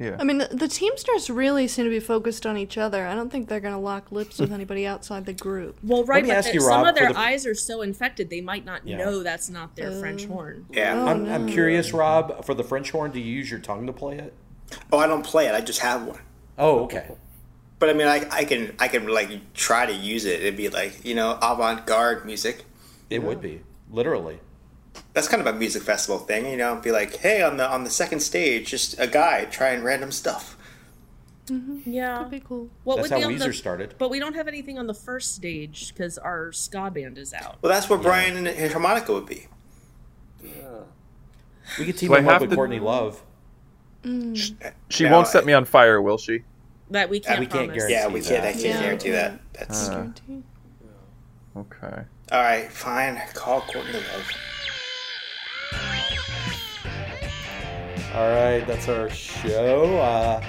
I mean, the Teamsters really seem to be focused on each other. I don't think they're going to lock lips with anybody outside the group.
Well, right,
me
but
ask
the-
you,
some
Rob,
of their
for the-
eyes are so infected they might not
Yeah.
know that's not their French horn.
Oh,
Yeah.
I'm, I'm curious, Rob, for the French horn, do you use your tongue to play it?
Oh, I don't play it. I just have one.
Oh, okay.
But I mean, I, I can I can like try to use it. It'd be like you know avant garde music.
It would be. Literally.
That's kind of a music festival thing, you know. Be like, hey, on the on the second stage, just a guy trying random stuff.
Yeah,
That'd be cool.
what
That's
would
how
be on
Weezer
the-
started.
But we don't have anything on the first stage because our ska band is out.
Well, that's where Brian and his harmonica would be.
We could team
Do I
them up
have
with
to-
Courtney Love.
She
No,
won't set
I-
me on fire, will she?
That we can't
we can't
promise.
guarantee.
Yeah, we can't.
that.
I can't
Yeah.
guarantee that. That's
Uh.
Guarantee.
Okay.
all right. Fine. Call Courtney Love.
All right, that's our show. Uh,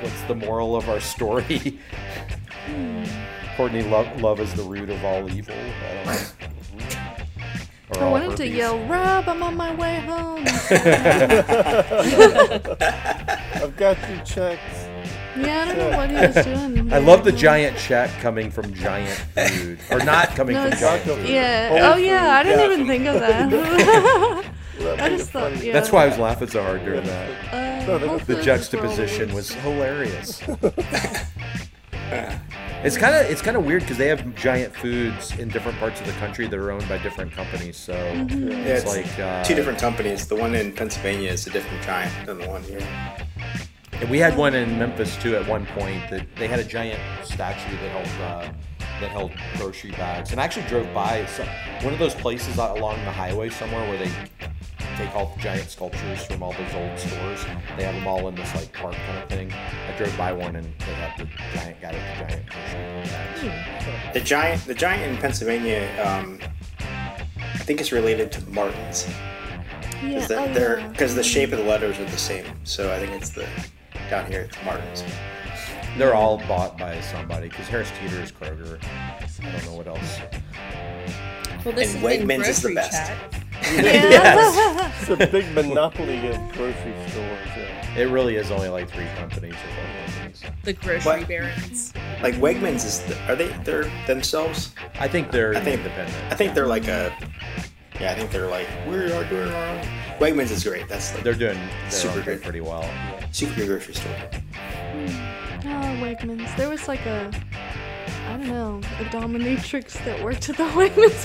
what's the moral of our story? Courtney, love, love is the root of all evil. I don't know. Or
I
all
wanted to
Oh, herpes.
yell, Rob, I'm on my way home.
I've got your checks.
yeah, I don't know what he was doing.
I love the giant check coming from giant food, or not coming
No,
from
it's-
giant food.
Yeah. Oh, yeah. I didn't even think of that. I just thought, yeah.
That's why I was laughing so hard during that.
Uh, hopefully
The
it's just for all
juxtaposition was
weeks.
hilarious. It's kind of it's kind of weird because they have giant foods in different parts of the country that are owned by different companies. So it's,
it's
like uh,
Two different companies. The one in Pennsylvania is a different giant than the one here.
And we had one in Memphis too at one point that they had a giant statue that held uh, that held grocery bags. And I actually drove by some, one of those places out along the highway somewhere where they take all the giant sculptures from all those old stores. They have them all in this like park kind of thing. I drove by one and they had the giant guy with the giant grocery bags.
The giant. The giant in Pennsylvania. Um, I think it's related to Martins.
Yeah,
Because they're,
oh,
they're-
yeah.
'cause the shape of the letters are the same. So I think it's the down here it's Martins.
They're all bought by somebody because Harris Teeter is Kroger. I don't know what else.
Well, this
And
has been
Wegmans is the
grocery
best.
chat.
It's
Yes.
a big monopoly in grocery stores. Yeah.
It really is only like three companies or four companies.
The grocery
What?
barons.
Like Wegmans is the, are they they're themselves?
I think they're
I think-
independent.
I think they're like a yeah. I think they're like we are doing our own. Wegmans is great. That's like
They're doing their
Super
own thing
good.
pretty well.
super good grocery store.
Oh, Wegmans. There was like a, I don't know, a dominatrix that worked at the Wegmans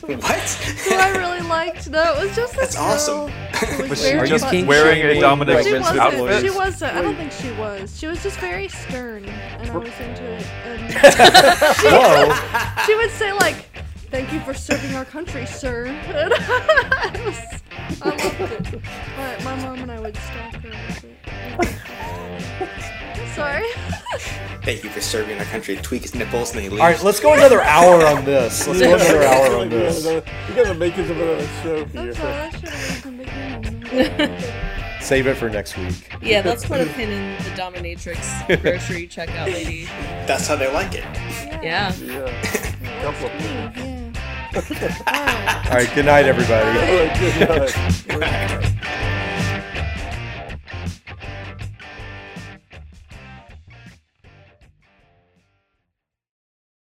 who
What?
I really liked. No, it was just this
That's awesome.
girl who
Was
Was
she
very
just
much-
wearing a dominant
She wasn't.
outfit?
She wasn't. I don't think she was. She was just very stern, and I was into it. And
Whoa!
she would say like, "Thank you for serving our country, sir." And I, was, I loved it. My, my mom and I would stalk her. with it. Sorry.
Thank you for serving our country. Tweak his nipples and they leave.
All right, let's go another hour on this. Let's go another hour on this.
You gotta make this another show
I'm
here.
sorry. I should have been making
Save it for next week.
Yeah, let's put a pin in the dominatrix grocery checkout lady.
That's how they like it.
Yeah.
Yeah. Couple of-
Yeah.
All right, good night, everybody.
All right, good night.
Right.